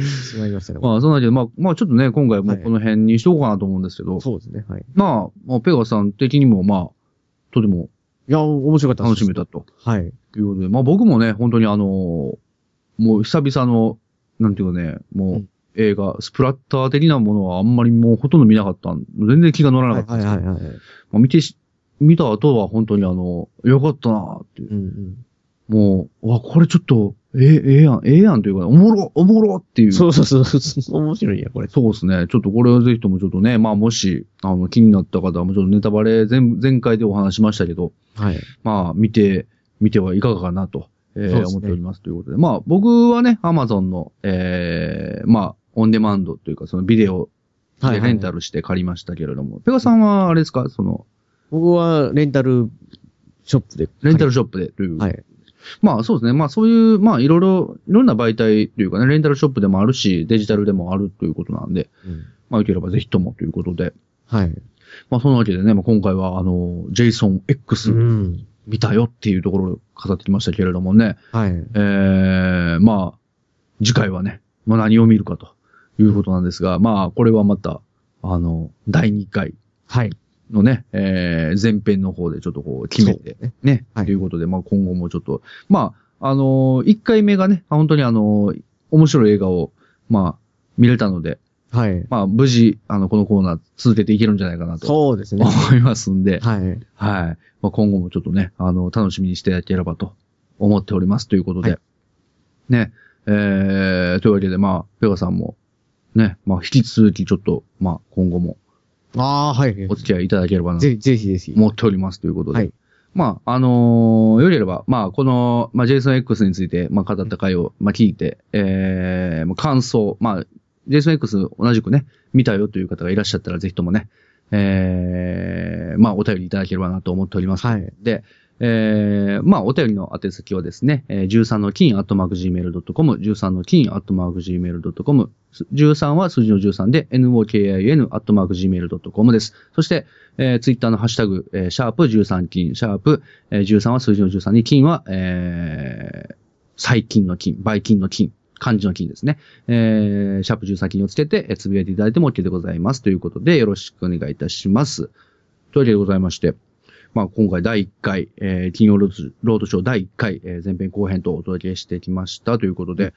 Speaker 2: しまいましたね。
Speaker 1: まあ、そんなわけで、まあ、まあ、ちょっとね、今回もうこの辺にしとこうかなと思うんですけど、
Speaker 2: そうですね。はい。
Speaker 1: まあ、まあ、ペガさん的にも、まあ、とても
Speaker 2: いや、面白かったで
Speaker 1: 楽
Speaker 2: す
Speaker 1: しめ。たと
Speaker 2: はい。
Speaker 1: いうことで、まあ僕もね、本当にあのーもう久々の、なんていうかね、
Speaker 2: う
Speaker 1: もうん映画、スプラッター的なものはあんまりもうほとんど見なかったん全然気が乗らな
Speaker 2: は
Speaker 1: か
Speaker 2: い
Speaker 1: ったんです
Speaker 2: はい
Speaker 1: けど
Speaker 2: はいはい。
Speaker 1: まあ見てし、見た後は本当にあの、よかったなっていう
Speaker 2: うんうん
Speaker 1: もう、うわ、これちょっと、ええ、ええやん、ええやんというか、おもろ、おもろっていう。
Speaker 2: そうそうそう。面白いんや、これ。
Speaker 1: そうですね。ちょっとこれはぜひともちょっとね、まあもし、あの、気になった方はもうちょっとネタバレ前、前回でお話しましたけど、
Speaker 2: はい。
Speaker 1: まあ見て、見てはいかがかなと、えー
Speaker 2: そうですね
Speaker 1: 思っておりますということで。まあ僕はね、アマゾンの、ええまあ、オンデマンドというか、そのビデオ
Speaker 2: は
Speaker 1: で
Speaker 2: い。
Speaker 1: レンタ
Speaker 2: ル。
Speaker 1: ルして借りましたけれども、ペガさんはあれですかその、
Speaker 2: 僕はレンタルショップで。
Speaker 1: レンタル
Speaker 2: シ
Speaker 1: ショップでという。
Speaker 2: はい。
Speaker 1: まあそうですね。まあそういう、まあいろいろ、いろんな媒体というかね、レンタルショップでもあるし、デジタルでもあるということなんで、
Speaker 2: うん
Speaker 1: まあよければぜひともということで。
Speaker 2: はい。
Speaker 1: まあそのわけでね、まあ、今回はあの、ジェイソン X
Speaker 2: ん。
Speaker 1: 見たよっていうところを語ってきましたけれどもね、
Speaker 2: は
Speaker 1: え
Speaker 2: い。
Speaker 1: ー、まあ、次回はね、まあ何を見るかということなんですが、まあこれはまた、あの、第2回
Speaker 2: はい。
Speaker 1: のね、えー、前編の方でちょっとこう決めて
Speaker 2: そうね、
Speaker 1: ね、
Speaker 2: はい
Speaker 1: ということで、まあ今後もちょっと、まあ、あのー、1回目がね、あ本当にあのー、面白い映画を、まあ、見れたので、
Speaker 2: はい。
Speaker 1: まあ、無事、あの、このコーナー続けていけるんじゃないかなと
Speaker 2: そうですね。
Speaker 1: 思いますんで、
Speaker 2: はい。
Speaker 1: はい。まあ、今後もちょっとね、あの、楽しみにしていただければと思っておりますということで。
Speaker 2: は
Speaker 1: ね。えー、というわけで、まあ、ペガさんも、ね、まあ、引き続きちょっと、まあ、今後も
Speaker 2: ああ、はい。
Speaker 1: お付き合いいただければなと
Speaker 2: ぜひ、ぜひ、ぜひ。
Speaker 1: 思っておりますということで。
Speaker 2: はい
Speaker 1: まあ、あのーよりあれば、まあ、この、まあ、JSONX について、まあ、語った回を、まあ、聞いて、えー、まあ感想、まあ、JSONX 同じくね、見たよという方がいらっしゃったら、ぜひともね、えー、まあ、お便りいただければなと思っております。
Speaker 2: はい。
Speaker 1: で、えー、まあ、お便りの宛先はですね、えー、13の金、アットマーク gmail.com、13の金、アットマーク gmail.com、す13は数字の13で、nokin、アットマーク gmail.com です。そして、えー、ツイッターのハッシュタグ、えー、シャープ13金、シャープ、えー、13は数字の13に、金は、えー、最近の金、倍金の金、漢字の金ですね。えー、シャープ13金をつけて、えーつぶやいていただいても OK でございます。ということで、よろしくお願いいたします。というわけでございまして、まあ、今回第1回、えー、金曜ロードロードショー第1回、えー前編後編とお届けしてきましたということで、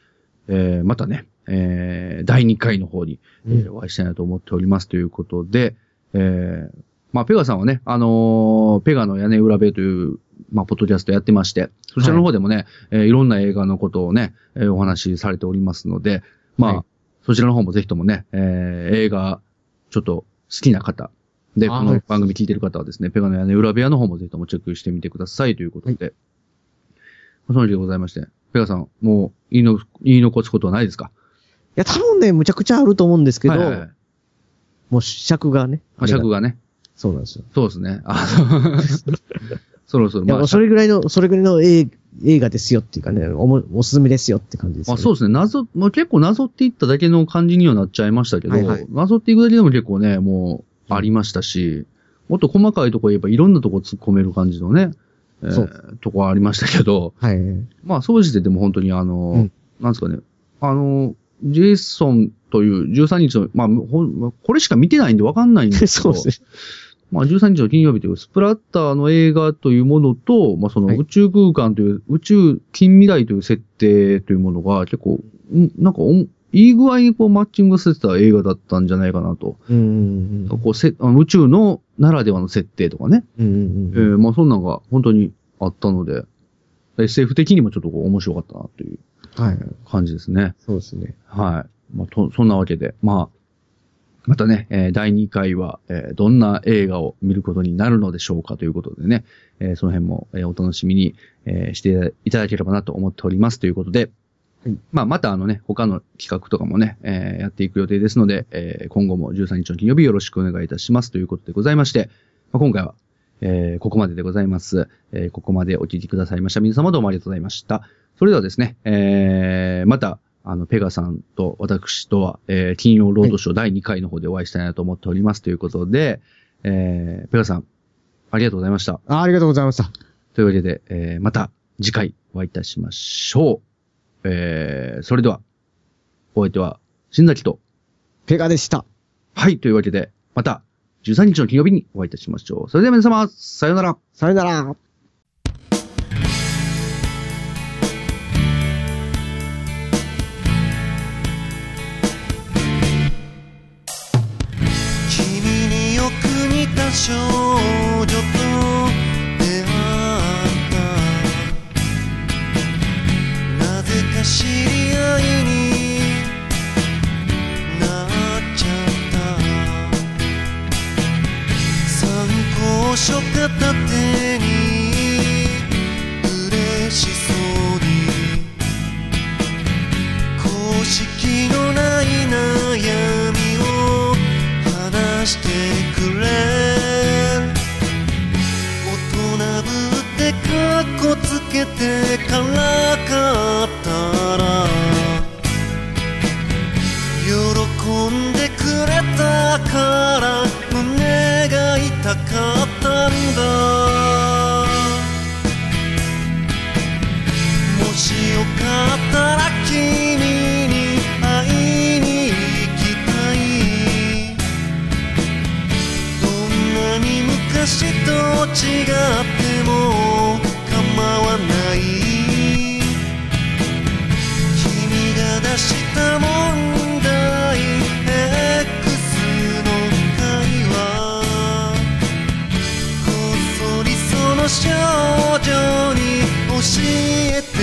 Speaker 1: えーまたね、えー第2回の方に、えー
Speaker 2: うん
Speaker 1: お会いしたいなと思っておりますということで、えーまあ、ペガさんはね、あのーペガの屋根裏部屋という、まあ、ポッドキャストやってまして、そちらの方でもね、い、えーいろんな映画のことをね、えーお話しされておりますので、まあ、
Speaker 2: はい
Speaker 1: そちらの方もぜひともね、えー映画、ちょっと好きな方、で、
Speaker 2: あー
Speaker 1: この番組聞いてる方はですね、ペガの屋根裏部屋の方もぜひともチェックしてみてくださいということで、そのようでございまして、ペガさん、もう言いの言い残すことはないですか
Speaker 2: いや、多分ね、むちゃくちゃあると思うんですけど、
Speaker 1: はいはいはいま
Speaker 2: もう尺がね。
Speaker 1: あ、尺が
Speaker 2: が。
Speaker 1: ね、
Speaker 2: そうなんですよ。
Speaker 1: そうですね。あ のそろそろ、
Speaker 2: いや
Speaker 1: まあ、
Speaker 2: それぐらいの、それぐらいの映映画ですよっていうかね、おもおすすめですよって感じです、ね。
Speaker 1: まあそうですね。謎、もう結構謎っていっただけの感じにはなっちゃいましたけど、
Speaker 2: はいはい
Speaker 1: 謎っていくだけでも結構ね、もうありましたし、もっと細かいとこ言えばいろんなとこ突っ込める感じのね、えー
Speaker 2: そう
Speaker 1: とこはありましたけど、
Speaker 2: はい。
Speaker 1: まあ総じてでも本当にあの、
Speaker 2: うん
Speaker 1: なんですかね、あの、ジェイソンという13日の、まあほん、まあこれしか見てないんでわかんないんですけど、
Speaker 2: そうですね。
Speaker 1: まあ、13日の金曜日というスプラッターの映画というものと、まあ、その
Speaker 2: はい
Speaker 1: 宇宙空間という、宇宙近未来という設定というものが結構、んなんかおん、いい具合にこうマッチングさせた映画だったんじゃないかなと。
Speaker 2: うんうん
Speaker 1: こうせあの宇宙のならではの設定とかね。
Speaker 2: うん。うんうん
Speaker 1: え
Speaker 2: うん。
Speaker 1: ーまあ、そんなんが本当にあったので、SF 的にもちょっとこう面白かったなという
Speaker 2: はい。
Speaker 1: 感じですね。
Speaker 2: そうですね。
Speaker 1: はい。まあ、と、そんなわけで、まあ、またね、えー第2回は、えーどんな映画を見ることになるのでしょうかということでね、えーその辺も、えーお楽しみに、えーしていただければなと思っておりますということで、
Speaker 2: はい
Speaker 1: まあ、またあのね、他の企画とかもね、えーやっていく予定ですので、えー今後も13日の金曜日よろしくお願いいたしますということでございまして、まあ、今回は、えーここまででございます、えーここまでお聞きくださいました。皆様どうもありがとうございました。それではですね、えー、また、あの、ペガさんと私とは、えー、金曜ロードショー第2回の方でお会いしたいなと思っておりますということで、えー、ペガさん、ありがとうございました。
Speaker 2: あありがとうございました。
Speaker 1: というわけで、えー、また次回お会いいたしましょう。えー、それでは、お相手は、新崎と、
Speaker 2: ペガでした。
Speaker 1: はい、というわけで、また13日の金曜日にお会いいたしましょう。それでは皆様、さようなら。
Speaker 2: さよなら。
Speaker 3: 君によく似た少女と出会ったなぜか知り合いになっちゃった参考書片手に嬉しそうに公式のない悩みを話してくれ大人ぶってカッコつけてからかったら喜んでくれたから胸が痛かったんだもしよかったら君に会いに行きたいどんなに昔と違っても構わない君が出した問題 X の会話こっそりその少女に教えて